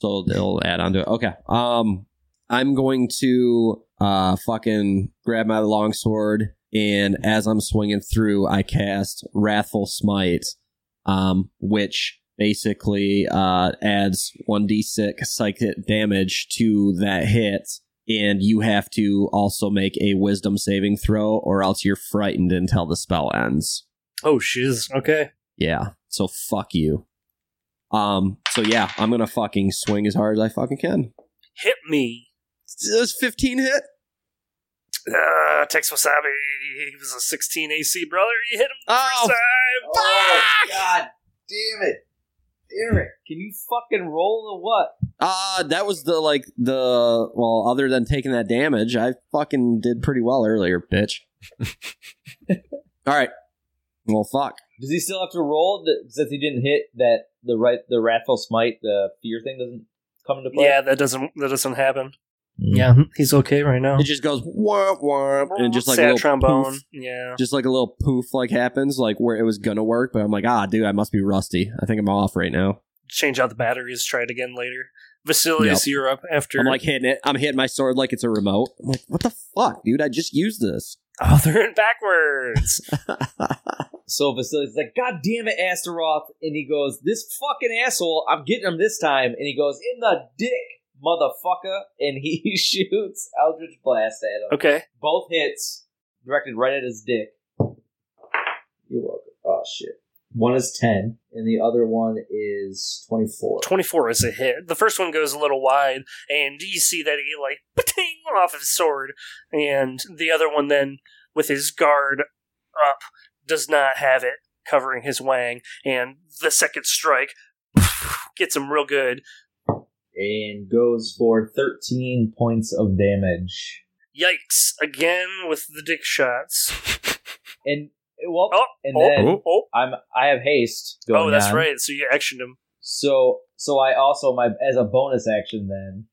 E: so it'll add on to it. Okay. Um, I'm going to uh fucking grab my long sword, and as I'm swinging through, I cast Wrathful Smite, um, which basically uh adds one d6 psychic damage to that hit and you have to also make a wisdom saving throw, or else you're frightened until the spell ends.
B: Oh, shiz. Okay.
E: Yeah. So fuck you. Um. So yeah, I'm gonna fucking swing as hard as I fucking can.
B: Hit me.
E: Does 15 hit?
B: Uh, Tex Wasabi, he was a 16 AC brother. You hit him the
E: Oh,
B: first time.
D: Oh, God damn it. Eric, can you fucking roll or what?
E: Uh that was the like the well, other than taking that damage, I fucking did pretty well earlier,
B: <laughs>
E: bitch. All right. Well, fuck.
D: Does he still have to roll the, since he didn't hit that the right the wrathful smite the fear thing doesn't come into play?
B: Yeah, that doesn't that doesn't happen. Yeah, Mm-hmm. he's okay right now.
E: It just goes womp womp and just like a
B: Sad
E: little
B: trombone.
E: poof.
B: Yeah.
E: just like a little poof like happens like where it was gonna work, but I'm like, ah, dude, I must be rusty. I think I'm off right now.
B: Change out the batteries. Try it again later. Vasilius, you're up after. <laughs>
E: I'm like hitting it. I'm hitting my sword like it's a remote. I'm like, what the fuck, dude? I just used this.
B: oh, they're in
E: <laughs>
B: backwards.
D: So Vasily's like, God damn it, Astaroth. And he goes, This fucking asshole, I'm getting him this time. And he goes, In the dick, motherfucker. And he <laughs> shoots Eldritch Blast at him.
B: okay.
D: Both hits directed right at his dick. You're welcome. Oh, shit. One is 10, and the other one is 24.
B: 24 is a hit. The first one goes a little wide, and you see that he, like, pating off his sword. And the other one, then, with his guard up, does not have it covering his wang. And the second strike <laughs> gets him real good.
D: And goes for 13 points of damage.
B: Yikes. Again with the dick shots.
D: <laughs> And, well,
B: Oh,
D: and
B: oh,
D: then
B: oh, oh.
D: I'm, I have haste. Going
B: Oh, that's
D: on.
B: right. So you actioned him.
D: So so I also my as a bonus action then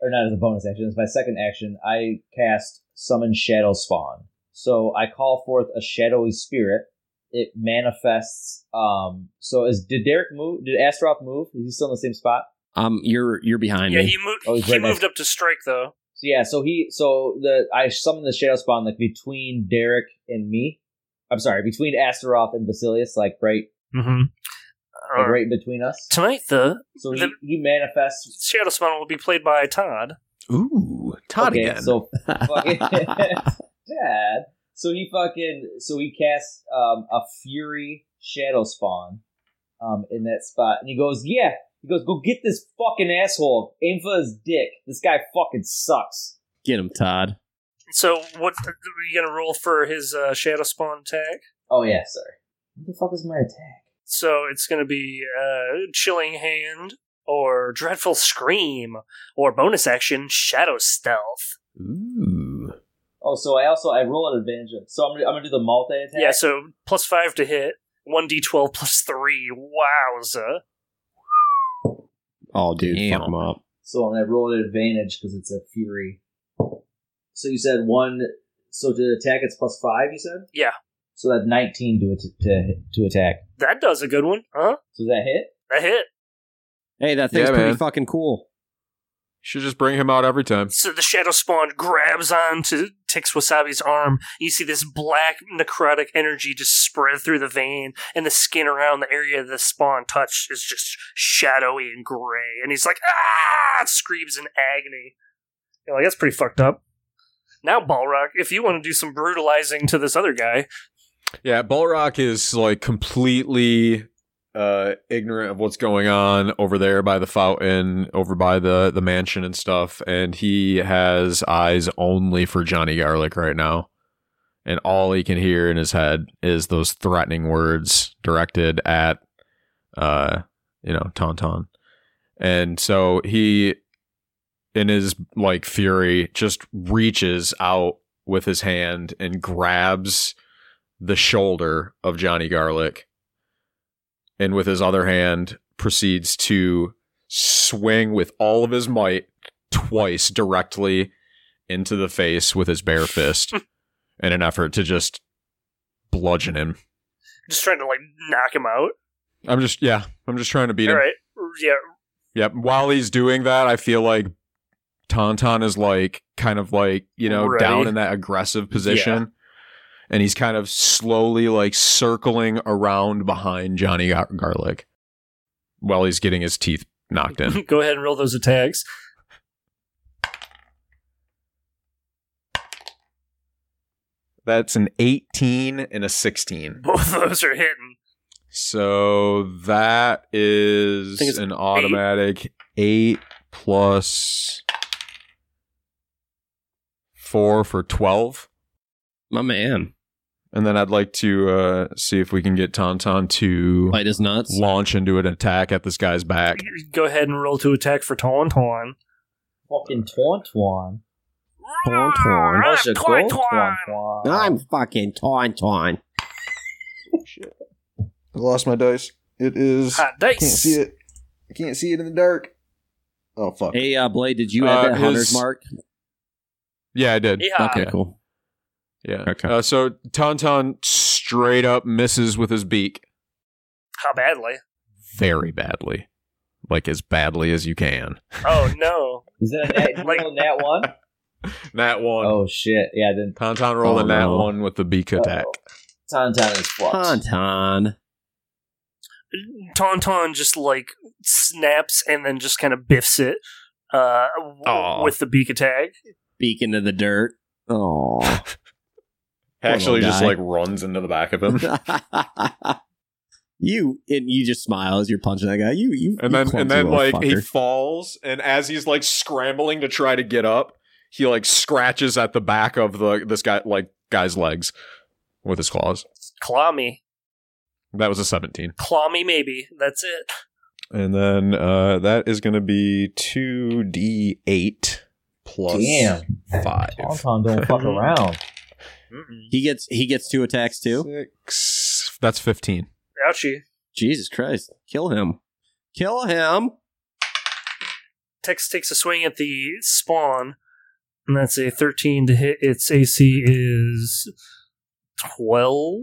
D: or not as a bonus action, it's my second action, I cast summon shadow spawn. So I call forth a shadowy spirit. It manifests um so is did Derek move did Astroth move? Is he still in the same spot?
E: Um, you're you're behind
B: yeah,
E: me. <laughs>
B: he, moved.
D: Oh, he's
B: he
D: right
B: moved up to strike, though.
D: So yeah, so he so the I summoned the shadow spawn like between Derek and me. I'm sorry, between Astaroth and Basilius, like right
B: Mm-hmm.
D: like right between us.
B: Tonight, the
D: So he,
B: The-
D: he manifests
B: Shadow Spawn will be played by Todd.
H: Ooh, Todd
D: okay,
H: again.
D: So fucking dad. So he fucking so he casts um, a fury shadow spawn um, in that spot, and he goes, "Yeah." He goes, "Go get this fucking asshole. Aim for his dick. This guy fucking sucks."
E: Get him, Todd.
B: So what are you gonna roll for his uh, shadow spawn attack?
D: Oh yeah, sorry. What the fuck is my attack?
B: So it's gonna be uh, chilling hand or dreadful scream or bonus action shadow stealth.
H: Ooh.
D: Oh, so I also I roll an advantage. of- So I'm gonna, I'm gonna do the multi attack.
B: Yeah, so plus five to hit, one d twelve plus three. Wowza!
E: Oh, dude,
H: Damn.
E: fuck him up.
D: So I'm gonna roll an advantage because it's a fury. So you said one. So to attack, it's plus five. You said.
B: Yeah.
D: So that's nineteen to at- to to attack.
B: That does a good one, huh?
D: So does that hit?
B: That hit.
E: Hey, that thing's
A: Yeah,
E: pretty
A: man.
E: fucking cool.
A: Should just bring him out every time.
B: So the shadow spawn grabs onto Tix Wasabi's arm. You see this black necrotic energy just spread through the vein, and the skin around the area the spawn touched is just shadowy and gray. And he's like, ah! Screams in agony. You're like, that's pretty fucked up. Now, Balrog, if you want to do some brutalizing to this other guy,
A: Yeah, Balrock is like completely uh ignorant of what's going on over there by the fountain, over by the the mansion and stuff, and he has eyes only for Johnny Garlic right now. And all he can hear in his head is those threatening words directed at uh you know, Tauntaun. And so he in his like fury just reaches out with his hand and grabs the shoulder of Johnny Garlic and with his other hand proceeds to swing with all of his might twice directly into the face with his bare fist in an effort to just bludgeon him.
B: just trying to like knock him out.
A: I'm just yeah, I'm just trying to beat
B: All
A: him.
B: right, yeah,
A: <laughs> Yep. While he's doing that, I feel like Tauntaun is like kind of like, you know,
B: Right.
A: down in that aggressive position. And he's kind of slowly like circling around behind Johnny Gar- Garlic while he's
B: <laughs>
A: getting his teeth knocked in.
B: go ahead and roll those attacks.
A: That's an 18 and a 16.
B: Both of those are hitting.
A: So that is
B: think it's
A: an automatic eight plus four for 12.
E: My man.
A: And then I'd like to uh, see if we can get Tauntaun to
E: Bite his nuts.
A: launch into an attack at this guy's back.
B: Go ahead and roll to attack for Tauntaun.
D: Fucking Tauntaun.
E: Tauntaun.
B: Ah,
D: Russia,
B: Tauntaun.
D: Tauntaun.
E: I'm fucking Tauntaun.
A: I lost my dice. It is.
B: Hot dice.
A: it. I can't see it in the dark. Oh, fuck.
E: Hey, uh, Blade, did you have
A: Uh,
E: that hunter's
A: his-
E: mark?
A: Yeah, I did.
B: Yeah.
E: Okay, cool.
A: Yeah.
E: Okay.
A: Uh, so Tauntaun straight up misses with his beak
B: How badly?
A: very badly. Like as badly as you can.
B: Oh no.
D: Is that
B: <laughs>
D: a nat,
B: Like-
D: like, nat one?
A: That one.
D: Oh shit! Yeah, then
A: Tauntaun rolling
E: Oh,
A: that
E: no.
A: one with the beak attack.
D: Tauntaun is fucked.
E: Tauntaun.
B: Tauntaun just like snaps and then just kind of biffs it uh, w-
A: Aw.
B: with the beak attack.
E: Beak into the dirt. Oh.
A: Actually,
E: Poor
A: just
E: guy.
A: like runs into the back of <laughs> him.
E: <laughs> you and you just smile as you're punching that guy. You you
A: and
E: you
A: then
E: clumsy
A: and then
E: little
A: like he
E: fucker.
A: falls and as he's like scrambling to try to get up he like scratches at the back of the this guy like guy's legs with his claws
B: Claw me.
A: that was a 17
B: Claw me maybe. That's it.
A: and then uh that is gonna be 2d8 plus
D: Damn,
A: 5
D: Tauntaun don't
E: <laughs>
D: fuck around.
B: Mm-mm.
E: he gets he gets two attacks too.
A: Six. that's 15
B: Ouchie.
E: Jesus Christ. Kill him. Kill him.
B: Tex takes a swing at the spawn, and that's a 13 to hit. Its AC is 12?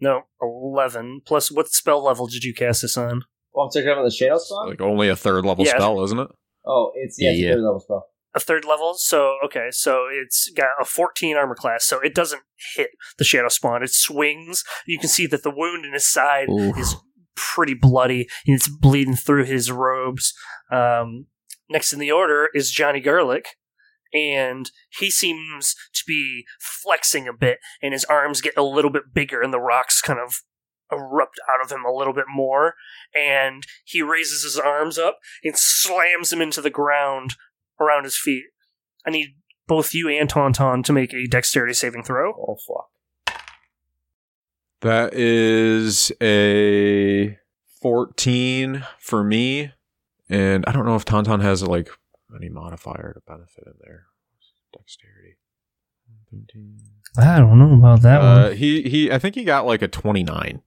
B: No, 11. Plus, what spell level did you cast this on?
D: Oh, I'm talking about the shadow
A: It's
D: spawn.
A: like only a third level
B: Yeah.
A: spell isn't it
D: oh, it's yeah, it's
E: Yeah,
D: a
E: yeah.
D: third
E: <laughs>
D: level spell.
B: A third level? So, okay, so it's got a 14 armor class, so it doesn't hit the shadow spawn. It swings. You can see that the wound in his side
E: Oof.
B: is pretty bloody, and it's bleeding through his robes. Um, next in the order is Johnny Garlic, and he seems to be flexing a bit, and his arms get a little bit bigger, and the rocks kind of erupt out of him a little bit more. And he raises his arms up and slams them into the ground around his feet. I need both you and Tauntaun to make a dexterity saving throw.
D: Oh fuck!
A: that is a 14 for me. And I don't know if Tauntaun has like any modifier to benefit in there. Dexterity.
B: I don't know about that
A: Uh, he he I think he got like a 29.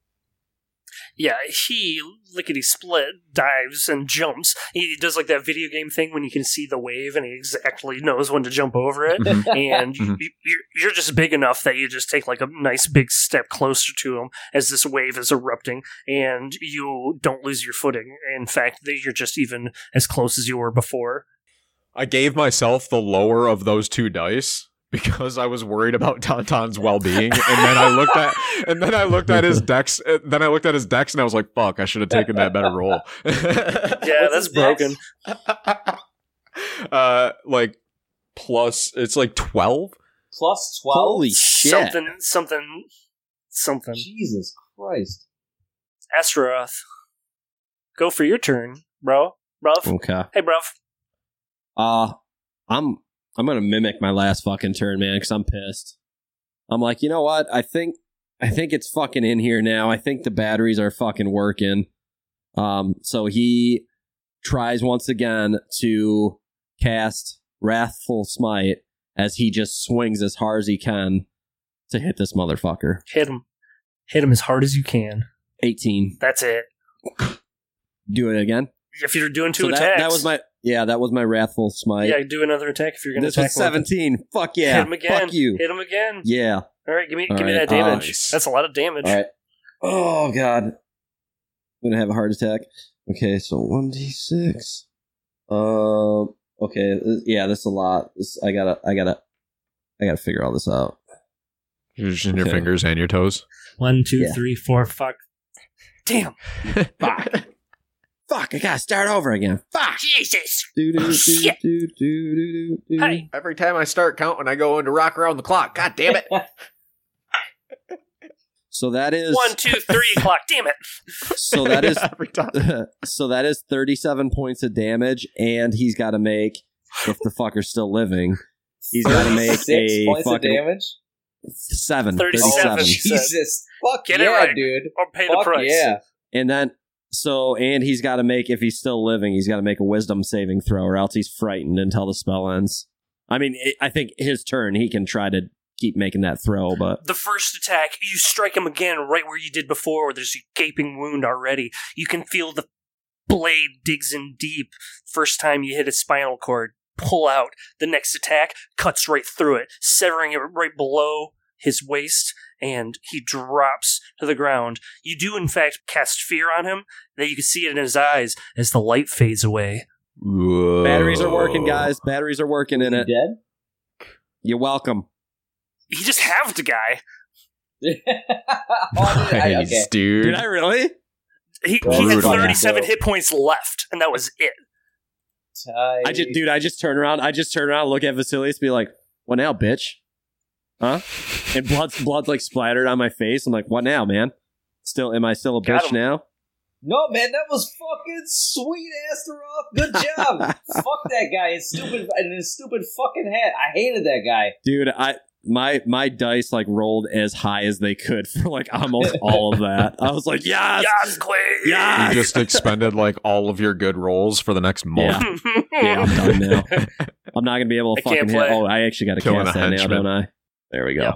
B: yeah, he lickety split dives and jumps. He does like that video game thing when you can see the wave and he exactly knows when to jump
A: <laughs>
B: over it.
D: Mm-hmm.
A: Mhm.
B: and
A: Mhm.
B: you, you're, you're just big enough that you just take like a nice big step closer to him as this wave is erupting, and you don't lose your footing. In fact, that you're just even as close as you were before.
A: I gave myself the lower of those two dice because I was worried about Tauntaun's well-being and then I looked at and then I looked at his dex uh, then I looked at his dex and I was like fuck I should have taken that better roll.
B: Yeah,
D: What's
B: that's
D: his dex?
B: broken.
A: uh like plus it's like 12
D: <laughs> Plus twelve.
E: Holy shit.
B: Something, something, something.
D: <laughs> Jesus
E: <laughs>
D: Christ!
B: Astaroth, go for your turn, bro. Bruv.
E: Okay.
B: Hey, bruv.
E: Uh I'm I'm gonna mimic my last fucking turn, man, because I'm pissed. I'm like, you know what? I think I think it's fucking in here now. I think the batteries are fucking working. Um, so he tries once again to cast Wrathful Smite as he just swings as hard as he can to hit this motherfucker.
B: Hit him. Hit him as hard as you can.
E: 18.
B: That's it.
E: Do it again.
B: If you're doing two
E: So that,
B: attacks,
E: that was my yeah, that was my Wrathful Smite.
B: yeah. Do another attack if you're going to
E: this
B: attack.
E: was
B: with it.
E: 17. Fuck yeah.
B: Hit him again.
E: Fuck you.
B: Hit him again.
E: Yeah.
B: All right, give me
E: All
B: give me
E: right,
B: that damage.
A: nice.
B: That's a lot of damage.
E: All right. Oh god. I'm gonna have a heart attack. Okay, so one d six. Um. Okay. th- Yeah, that's a lot. This, I gotta. I gotta. I gotta figure all this out.
A: Just in your
E: Okay.
A: fingers and your
E: <laughs>
A: toes.
B: One, two,
E: Yeah.
B: three, four, fuck. Damn.
E: Fuck, I gotta start over again. Fuck.
B: Jesus.
E: Do, do, do,
B: Shit.
E: do, do, do, do, do.
B: Hey.
A: Every time I start counting, I go into rock around the clock. God damn
E: <laughs>
A: it.
E: So that is
B: One, two,
E: <laughs>
B: three o'clock. Damn it.
E: so that
A: <laughs>
E: is
A: every time.
E: <laughs> so that is 37 points of damage, and he's got to make if the fucker's still living. He's got to make
D: Six
E: a
D: points of
E: fucking
D: damage. Oh,
E: seven,
B: 37.
E: 37.
D: Jesus, fuck
B: Get it
D: yeah,
B: right.
D: dude.
B: Or pay the
D: Fuck
B: price.
E: <laughs>
D: yeah.
E: and then so and he's got to make if he's still living, he's got to make a wisdom saving throw, or else he's frightened until the spell ends. I mean, it, I think his turn, he can try to keep making that throw, but
B: The first attack, you strike him again right where you did before, where there's a gaping wound already. You can feel the blade digs in deep. First time you hit his spinal cord, pull out. The next attack cuts right through it, severing it right below his waist, and he drops to the ground. You do, in fact, cast fear on him, that you can see it in his eyes as the light fades away.
E: batteries are working, guys. Batteries are working in
D: You
E: it. You're welcome.
B: You just have the guy.
D: dead? <laughs>
A: <laughs>
D: Oh, dude, I- okay.
A: dude.
E: Did I really?
B: He, he had
A: Brutal.
B: 37 hit points left, and that was it.
E: I just, dude, I just turn around. I just turn around, look at Vasilius, be like, "What now, bitch? Huh?" And blood's blood's like splattered on my face. I'm like, "What now, man? Still, am I still a
B: Got
E: bitch
B: him.
E: now?"
D: No, man, that was fucking sweet, Astaroth. Good job. Fuck that guy. His stupid and his stupid fucking hat. I hated that guy.
E: Dude, I my my dice like rolled as high as they could for like almost all of that. I was like, "Yes,
B: Yes, Queen! <laughs>
E: yes,
A: You just expended like all of your good rolls for the next month.
E: yeah, I'm done now. I'm not gonna be able to
B: I can't
E: fucking hit."
B: play.
E: Oh, I actually got to
A: Killing
E: cast
A: a
E: that now,
A: henchman.
E: don't I? There we go.
B: Yeah.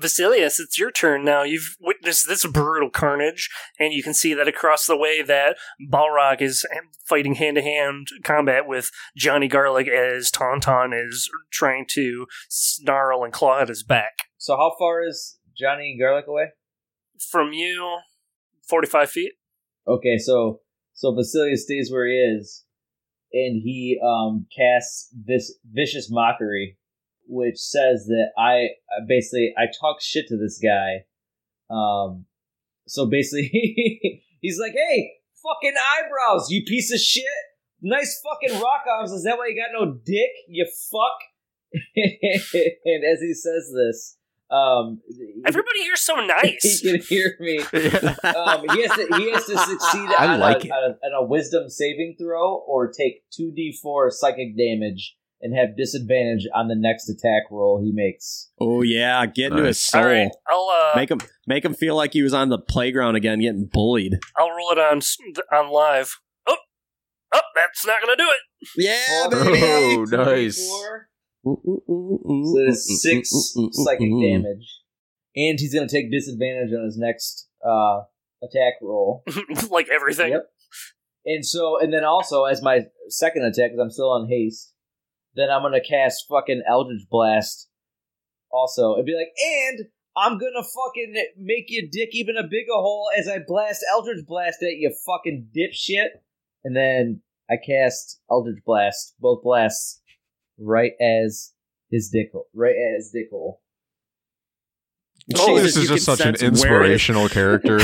B: Vasilius, it's your turn now. You've witnessed this brutal carnage, and you can see that across the way that Balrog is fighting hand to hand combat with Johnny Garlic as Tauntaun is trying to snarl and claw at his back.
D: So how far is Johnny Garlic away?
B: From you, 45 feet.
D: Okay, so so Vasilius stays where he is, and he um casts this vicious mockery, which says that I I basically I talk shit to this guy. Um, so basically <laughs> he's like, "Hey, fucking eyebrows, you piece of shit! Nice fucking rock arms. Is that why you got no dick? You fuck!" <laughs> and as he says this, um,
B: Everybody here's so
D: <laughs>
B: nice.
D: he can hear
A: <laughs>
D: me um, he has to he has to succeed
A: I
D: on,
A: like
D: a,
A: it.
D: on, a, on a wisdom saving throw or take two d four psychic damage and have disadvantage on the next attack roll he makes.
E: Oh yeah, get into his
A: Nice.
E: soul.
B: All right, I'll uh,
E: Oh. Make him make him feel like he was on the playground again, getting bullied.
B: I'll roll it on s- on live. Oh, oh, that's not gonna do it.
E: Yeah, <laughs>
D: Four,
A: baby.
D: two,
A: Oh, nice.
D: four. So
E: So
D: that's six psychic damage, and he's gonna take disadvantage on his next uh, attack roll.
B: <laughs> like everything.
D: Yep. And so, and then also as my second attack, because I'm still on haste, then I'm gonna cast fucking Eldritch Blast. Also, and be like, and I'm gonna fucking make your dick even a bigger hole as I blast Eldritch Blast at you, fucking dipshit. And then I cast Eldritch Blast, both blasts, right as his dick hole, right at his dick hole.
A: Oh,
E: Jesus,
A: this is
E: you
A: just
E: can
A: such an
E: sense where it- <laughs>
A: inspirational character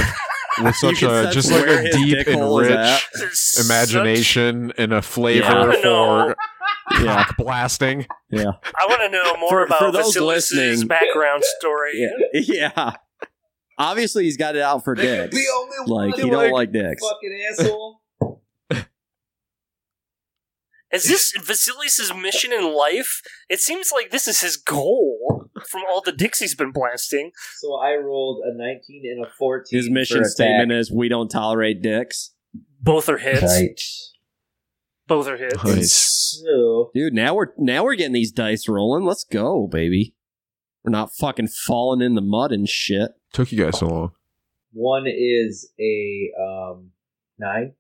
A: with such
E: can
A: a
E: sense
A: just like
E: where
A: a
E: his
A: deep
E: dick
A: and
E: hole is
A: <laughs>
E: at.
A: rich
B: Such-
A: imagination and a
E: Yeah.
A: flavor
B: I know.
A: <laughs> for cock blasting.
B: I want to know more
E: For-
B: about
E: for those
B: Vasilius's
E: listening-
B: background story.
E: Yeah. <laughs> yeah. Obviously, he's got it out for dicks.
D: only
E: <laughs> Like he don't like,
A: like,
E: dicks.
D: fucking asshole.
B: Is this Vasilius's mission in life? It seems like this is his goal from all the dicks he's been blasting.
D: So I rolled a 19 and a 14.
E: His
D: for
E: mission
D: attack.
E: statement is: "We don't tolerate dicks."
B: Both are hits.
D: Right.
B: Both are
E: <laughs>
B: hits.
D: So
E: Dude, now we're now we're getting these dice rolling. Let's go, baby. We're not fucking falling in the mud and <laughs> shit.
A: Took you guys so long.
D: one is a um, nine,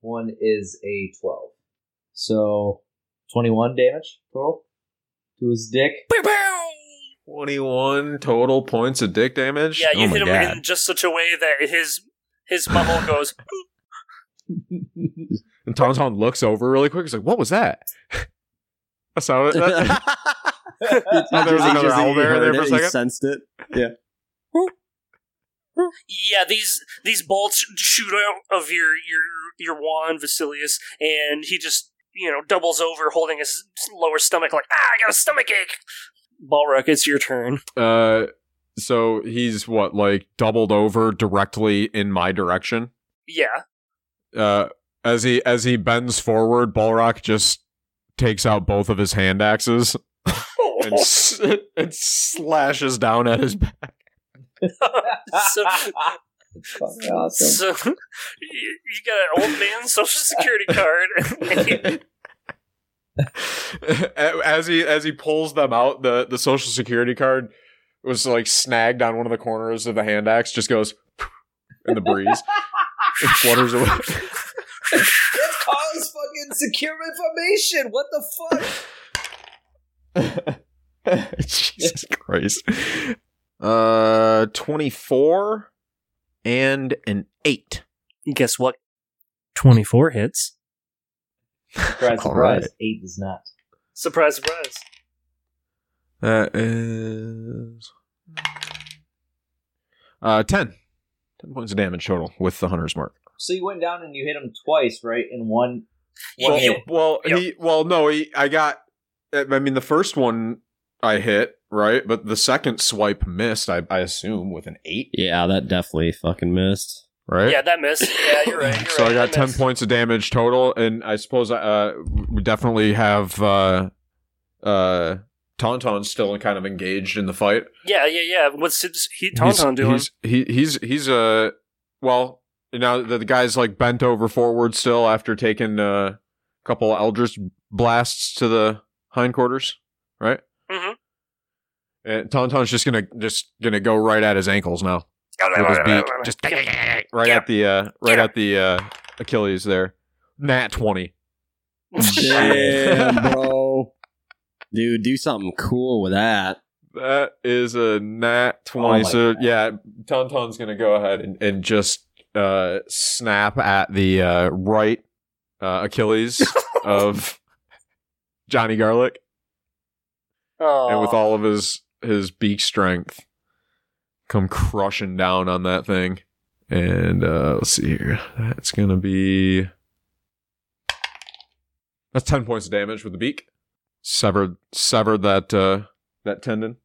D: one is a twelve. So twenty-one damage total to his <laughs> dick.
B: Pew, pew!
A: Twenty-one total points of dick damage.
B: Yeah, you
A: oh my
B: hit him
A: God.
B: in just such a way that his his
E: <sighs>
B: bubble goes.
A: And Tauntaun looks over really quick. He's like, "What was that?" <laughs> That's how it. That, <laughs>
E: He
A: another
E: just- he
A: owl
E: just- he
A: bear there for
E: heard
A: a
E: it, He
A: second.
E: sensed it.
B: Yeah, these these bolts shoot out of your your your wand, Vasilius, and he just you know doubles over, holding his lower stomach like ah, I got a stomach ache. Balrock, it's your turn.
A: Uh, so he's what like doubled over directly in my direction.
B: Yeah,
A: Uh, as he as he bends forward, Balrock just takes out both of his hand axes <laughs> and, s- <laughs> and slashes down at his back.
B: So-
D: That's fucking awesome.
B: so <laughs> you you got an old man's social security card. and you-
A: as he as he pulls them out, the the social security card was like snagged on one of the corners of the hand axe. Just goes in the breeze. it flutters away.
D: That's Carl's fucking secure information. What the fuck?
A: <laughs> Jesus Christ. Uh, twenty four and an eight.
B: <laughs> Guess what? Twenty four hits.
D: Surprise,
A: All right.
D: surprise. Eight does not.
B: Surprise, surprise.
A: That is uh ten. Ten points of damage total with the hunter's mark.
D: So you went down and you hit him twice, right? In one.
B: You-
D: one
A: Well,
B: you-
D: hit.
A: well,
B: Yeah.
A: he, well, no, he, I got. I mean, the first one I hit right, but the second swipe missed. I, I assume with an eight,
E: Yeah, that definitely fucking missed.
A: right?
B: Yeah, that missed. Yeah, you're right.
A: <laughs>
B: You're
A: so
B: right,
A: I got
B: that
A: ten
B: missed.
A: points of damage total, and I suppose uh, we definitely have uh, uh, Tauntaun still kind of engaged in the fight.
B: Yeah, yeah, yeah. What's he, Tauntaun
A: he's,
B: doing?
A: He's, he, he's he's uh, well now the, the guy's like bent over forward still after taking uh, a couple eldritch blasts to the hindquarters, right?
B: Mhm.
A: And Tauntaun's just gonna just gonna go right at his ankles now, with his beak, just <laughs> right
B: Get <laughs>
A: at the uh, right
B: Get him.
A: at the uh, Achilles there. Nat twenty.
E: <laughs> Damn, bro. Dude, do something cool with that.
A: That is a nat
D: Oh my
A: 20. so, yeah, Tauntaun's going to go ahead and, and just uh, snap at the uh, right uh,
D: <laughs>
A: Achilles of Johnny Garlic
B: <laughs> Aw.
A: and with all of his, his beak strength come crushing down on that thing. And uh, let's see here. That's going to be. That's 10 points of damage with the beak. Severed, severed that uh, that tendon.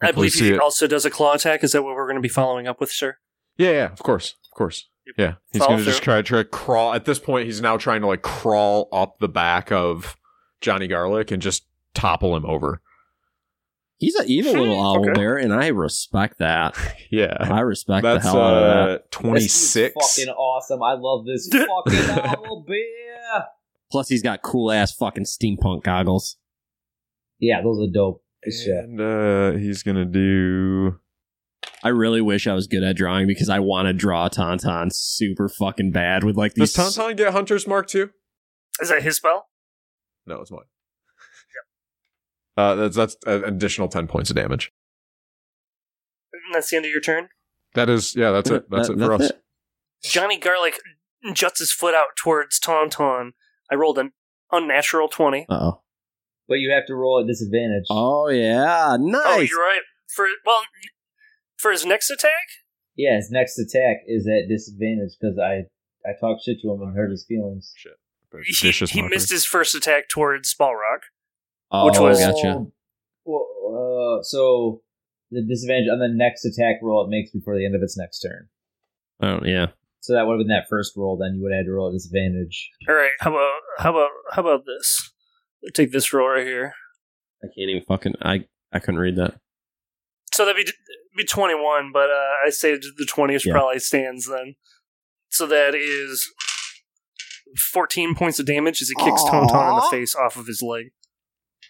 B: I
A: Hopefully
B: believe
A: see
B: he
A: it.
B: also does a claw attack. Is that what we're going to be following up with, sir?
A: Yeah, yeah, of course, of course. Yeah, he's
B: Follow
A: going to just try try to crawl. At this point, he's now trying to like crawl up the back of Johnny Garlic and just topple him over.
E: He's an evil little owl
B: Okay.
E: bear, and I respect that.
A: Yeah,
E: I respect
A: that's
E: the hell out of that.
A: uh
D: This
A: twenty
D: is
A: six.
D: Fucking awesome. I love <laughs> this fucking owl beer.
E: Plus, he's got cool ass fucking steampunk goggles.
D: Yeah, those are dope. as shit.
A: And uh, he's gonna do.
E: I really wish I was good at drawing because I want to draw a Tauntaun super fucking bad with like
A: Does
E: these.
A: Tauntaun get Hunter's Mark too?
B: Is that his spell?
A: No, it's mine. Uh, that's that's an additional ten points of damage.
B: And that's the end of your turn.
A: That is, yeah, that's it. That's it for us.
B: Johnny Garlic juts his foot out towards Tauntaun. I rolled an unnatural 20.
E: Oh,
D: But you have to roll at disadvantage.
E: oh yeah, nice.
B: Oh, you're right. For well, for his next attack,
D: Yeah, his next attack is at disadvantage because I I talked shit to him and hurt his feelings.
B: he, he
A: mockery.
B: missed his first attack towards Balrog.
E: oh,
B: which was-
E: gotcha.
D: Well, uh, so the disadvantage on the next attack roll it makes before the end of its next turn.
E: Oh yeah.
D: So that would have been that first roll. Then you would have had to roll at disadvantage.
B: All right, how about how about how about this? Take this roll right here.
E: I can't even fucking. I I couldn't
A: <laughs>
E: read that.
B: So that'd be be twenty one, but uh, I say the twenties
E: Yeah.
B: probably stands then. So that is fourteen points of damage as he kicks Tauntaun in the face off of his leg.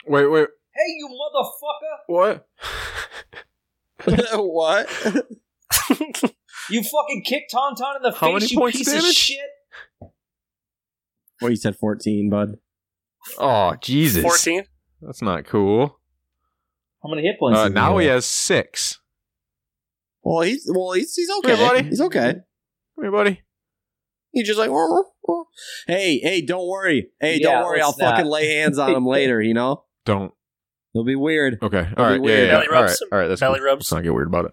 A: Wait, wait,
D: Hey, you motherfucker!
A: what?
E: what?
D: You fucking kicked Tauntaun in the
A: How
D: face.
A: many
D: you
A: points
D: piece of
A: damage?
D: shit.
E: <laughs> Well, you said fourteen, bud.
A: Oh, Jesus!
B: <laughs> Fourteen.
A: That's not cool.
D: How many hit points?
A: Uh,
D: does
A: now
D: have?
A: he has six.
E: Well, he's well, he's he's okay.
A: Hey, buddy.
E: He's okay.
A: Come here, buddy.
E: He's just like, "Oh, oh, oh." hey, hey, don't worry. Hey,
D: Yeah,
E: don't worry. I'll
D: let's not.
E: fucking lay hands
D: <laughs>
E: on him later. You know,
A: Don't.
E: it'll be weird.
A: Okay. All right. Yeah. yeah,
E: weird.
A: yeah.
B: Belly
A: All right.
B: rubs.
A: All right. That's
B: Belly
A: cool.
B: rubs.
A: Let's not get weird about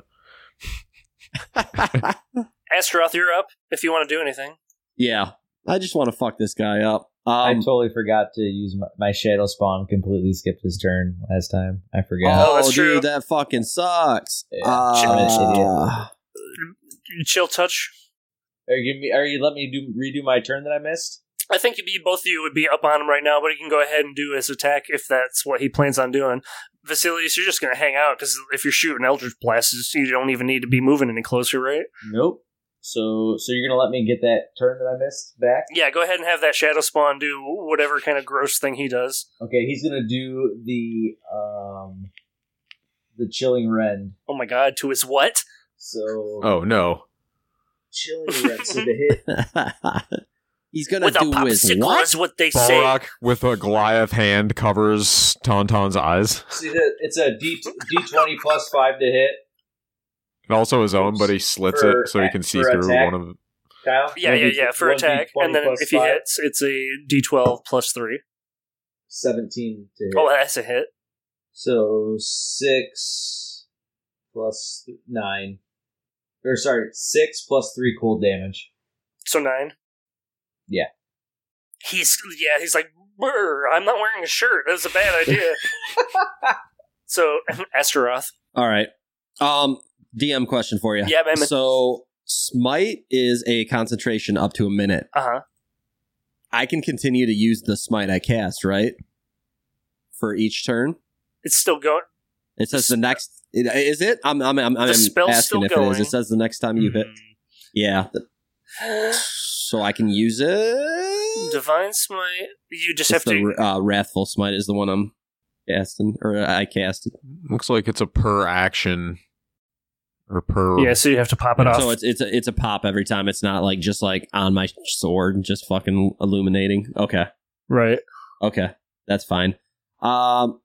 A: it.
B: Astroth, you're up if you want to do anything.
E: Yeah, I just want to fuck this guy up.
D: I
E: Um,
D: totally forgot to use my, my shadow spawn. Completely skipped his turn last time. I forgot.
E: oh,
B: that's true.
E: dude, that fucking sucks.
D: Yeah,
E: Ah.
D: I'm an idiot.
B: Chill touch.
D: Are you give me? Are you let me do redo my turn that I missed?
B: I think you- both of you would be up on him right now, but he can go ahead and do his attack if that's what he plans on doing. Vasilius, you're just going to hang out because if you're shooting Eldritch Blasts, you don't even need to be moving any closer, right?
D: Nope. So so you're gonna let me get that turn that I missed back?
B: Yeah, go ahead and have that Shadow Spawn do whatever kind of gross thing he does.
D: Okay, he's gonna do the um the chilling rend.
B: Oh my god, to his what?
D: So
A: Oh no.
D: chilling rend. So the
B: <laughs>
D: hit.
E: <laughs> He's gonna
B: With a
E: do his
B: popsicle
E: what?
B: is what they say.
A: Balrock with a Goliath hand covers Tauntaun's eyes.
D: See the, it's a D D twenty plus five to hit.
A: And also his own, but he slits
D: For
A: it so he can
D: act-
A: see
D: for
A: through
D: attack?
A: one of them.
D: Kyle.
B: Yeah, yeah, yeah, for
D: 1D
B: attack.
D: 20
B: And then
D: plus
B: if he
D: five,
B: hits, it's a d12 plus 3.
D: seventeen to hit.
B: Oh, that's a hit.
D: So six plus th- nine, or sorry, six plus three cold damage.
B: So 9.
D: Yeah.
B: He's, yeah, he's like, "Brr, I'm not wearing a shirt. That was a bad
D: <laughs>
B: idea. so, <laughs> Astaroth.
E: All right. Um, DM question for you.
B: Yeah, man.
E: So smite is a concentration up to a minute.
B: Uh huh.
E: I can continue to use the smite I cast, right? For each turn,
B: It's still going.
E: it says the next. Is it? I'm I'm I'm, I'm
B: spell's
E: asking
B: still
E: if it is.
B: going. Hmm.
E: It says the next time you hit. Yeah.
B: Mm.
E: So I can use it.
B: Divine Smite. You just
E: It's
B: have to.
E: the uh, wrathful smite is the one I'm casting, or I casted.
A: Looks like it's a per action or per.
B: yeah, so you have to pop it off.
E: So it's it's a, it's a pop every time. It's not like just like on my sword, just fucking illuminating. Okay,
B: right.
E: okay, that's fine. Um,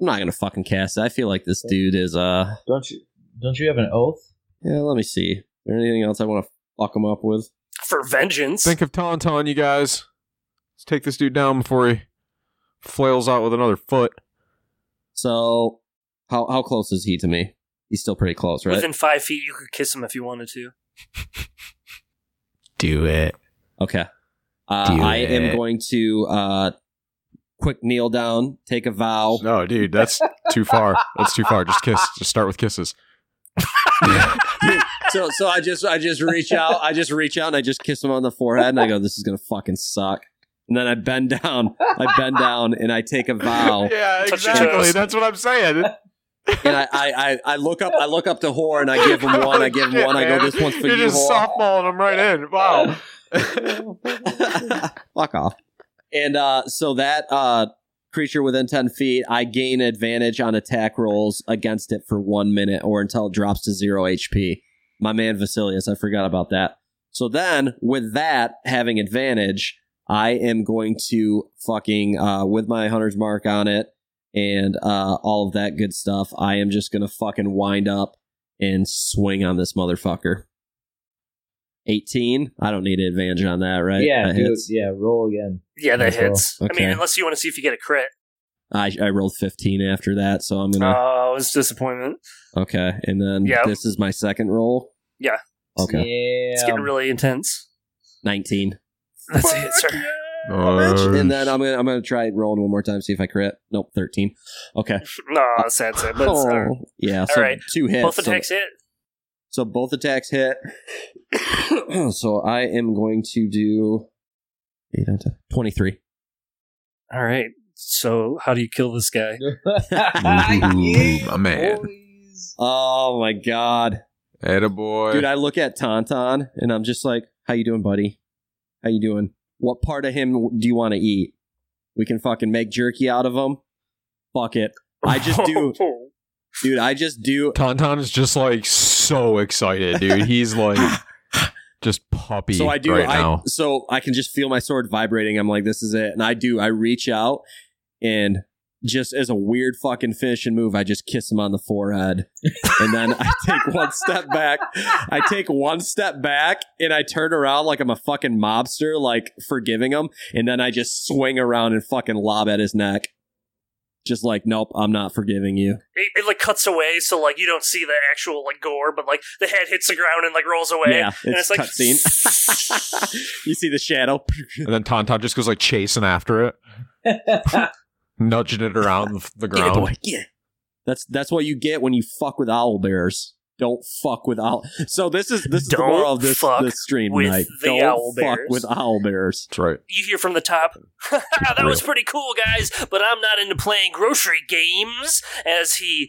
E: I'm not gonna fucking cast it. I feel like this dude is uh.
D: Don't you? Don't you have an oath?
E: Yeah, let me see. Is there anything else I want to fuck him up with?
B: For vengeance.
A: Think of Tauntaun, you guys. Let's take this dude down before he flails out with another foot.
E: So, how how close is he to me? He's still pretty close, right?
B: Within five feet, you could kiss him if you wanted to.
H: Do it.
E: Okay. Uh,
H: Do
E: I am
H: it.
E: going to uh, quick kneel down, take a vow.
A: No, dude, that's too far. That's too far. Just kiss. Just start with kisses.
E: so so I just I just reach out, I just reach out and I just kiss him on the forehead and I go, This is gonna fucking suck. And then I bend down, I bend down and I take a vow.
A: <laughs> Yeah,
B: Touch your exactly. toes.
A: That's what I'm saying.
E: And I, I, I, I look up I look up to whore and I give him one,
A: <laughs>
E: I give him one, I go, This one's for
A: You're
E: you,
A: just
E: whore.
A: softballing him right in. Wow.
E: <laughs> Fuck off. And uh so that uh creature within ten feet, I gain advantage on attack rolls against it for one minute or until it drops to zero HP. my man Vasilius. I forgot about that. So then, with that having advantage, I am going to fucking uh, with my hunter's mark on it and uh, all of that good stuff. I am just gonna fucking wind up and swing on this motherfucker. Eighteen. I don't need advantage on that, right?
D: yeah,
E: That
D: dude,
E: hits.
D: yeah. Roll again.
B: Yeah, that
D: As well.
B: hits. I
E: Okay.
B: mean, unless you want to see if you get a crit.
E: I, I rolled fifteen after that, so I'm gonna
B: Oh, it's disappointment.
E: okay. And then
B: Uh, Yeah.
E: this is my second roll.
B: Yeah.
E: Okay.
D: Yeah.
B: It's
D: <laughs>
B: getting really <laughs> intense.
E: Nineteen.
B: That's a hit, sir.
E: and then I'm gonna I'm gonna try rolling one more time, see if I crit. Nope, thirteen. Okay.
B: <laughs> No, sad, sad. But it's, uh,
E: Oh, yeah, so
B: right.
E: two hits.
B: both
E: so,
B: attacks hit.
E: so both attacks hit. <coughs> so I am going to do eight on ten. twenty-three.
B: All right. So, how do you kill this guy?
D: Yeah,
A: my man.
D: boys.
E: Oh my god.
A: Attaboy.
E: Dude, I look at Tauntaun and I'm just like, How you doing, buddy? How you doing? What part of him do you want to eat? We can fucking make jerky out of him. Fuck it. <laughs> I
B: <laughs>
E: just do dude, I just do
A: Tauntaun is just like so excited, dude. He's
E: <laughs>
A: like just puppy
E: So I do.
A: right
E: I, <laughs>
A: now.
E: So I can just feel my sword vibrating. I'm like, this is it. And I do. I reach out and just as a weird fucking finishing move, I just kiss him on the forehead. and then
A: <laughs>
E: I take one step back. I take one step back and I turn around like I'm a fucking mobster, like forgiving him. And then I just swing around and fucking lob at his neck. just like, nope, I'm not forgiving you.
B: It, it like cuts away, so like you don't see the actual like gore, but like the head hits the ground and like rolls away.
E: Yeah,
B: and
E: it's,
B: it's like- <laughs>
E: cutscene. you see the shadow.
A: And then Tauntaun just goes like chasing after it,
E: <laughs>
A: nudging it around the- the
B: Yeah,
A: ground.
B: boy. Yeah.
E: That's that's what you get when you fuck with owl bears. Don't fuck with owl. So this is this is the
B: Don't
E: moral of this,
B: fuck
E: this stream
B: with
E: tonight.
B: the
E: Don't
B: owl
E: fuck
B: bears.
E: with owl bears.
A: That's right.
B: You hear from the top, <laughs> that was pretty cool, guys, but I'm not into playing grocery games. As he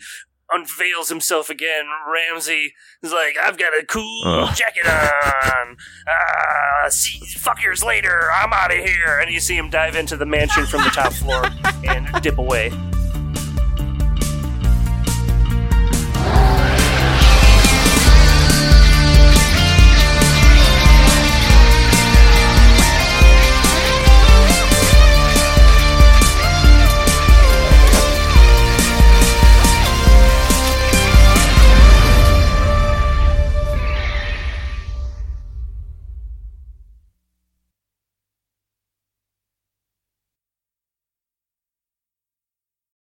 B: unveils himself again, Ramsey is like, I've got a cool
A: Ugh.
B: jacket on. Uh, see, fuckers later, I'm out of here. And you see him dive into the mansion from the top floor and dip away.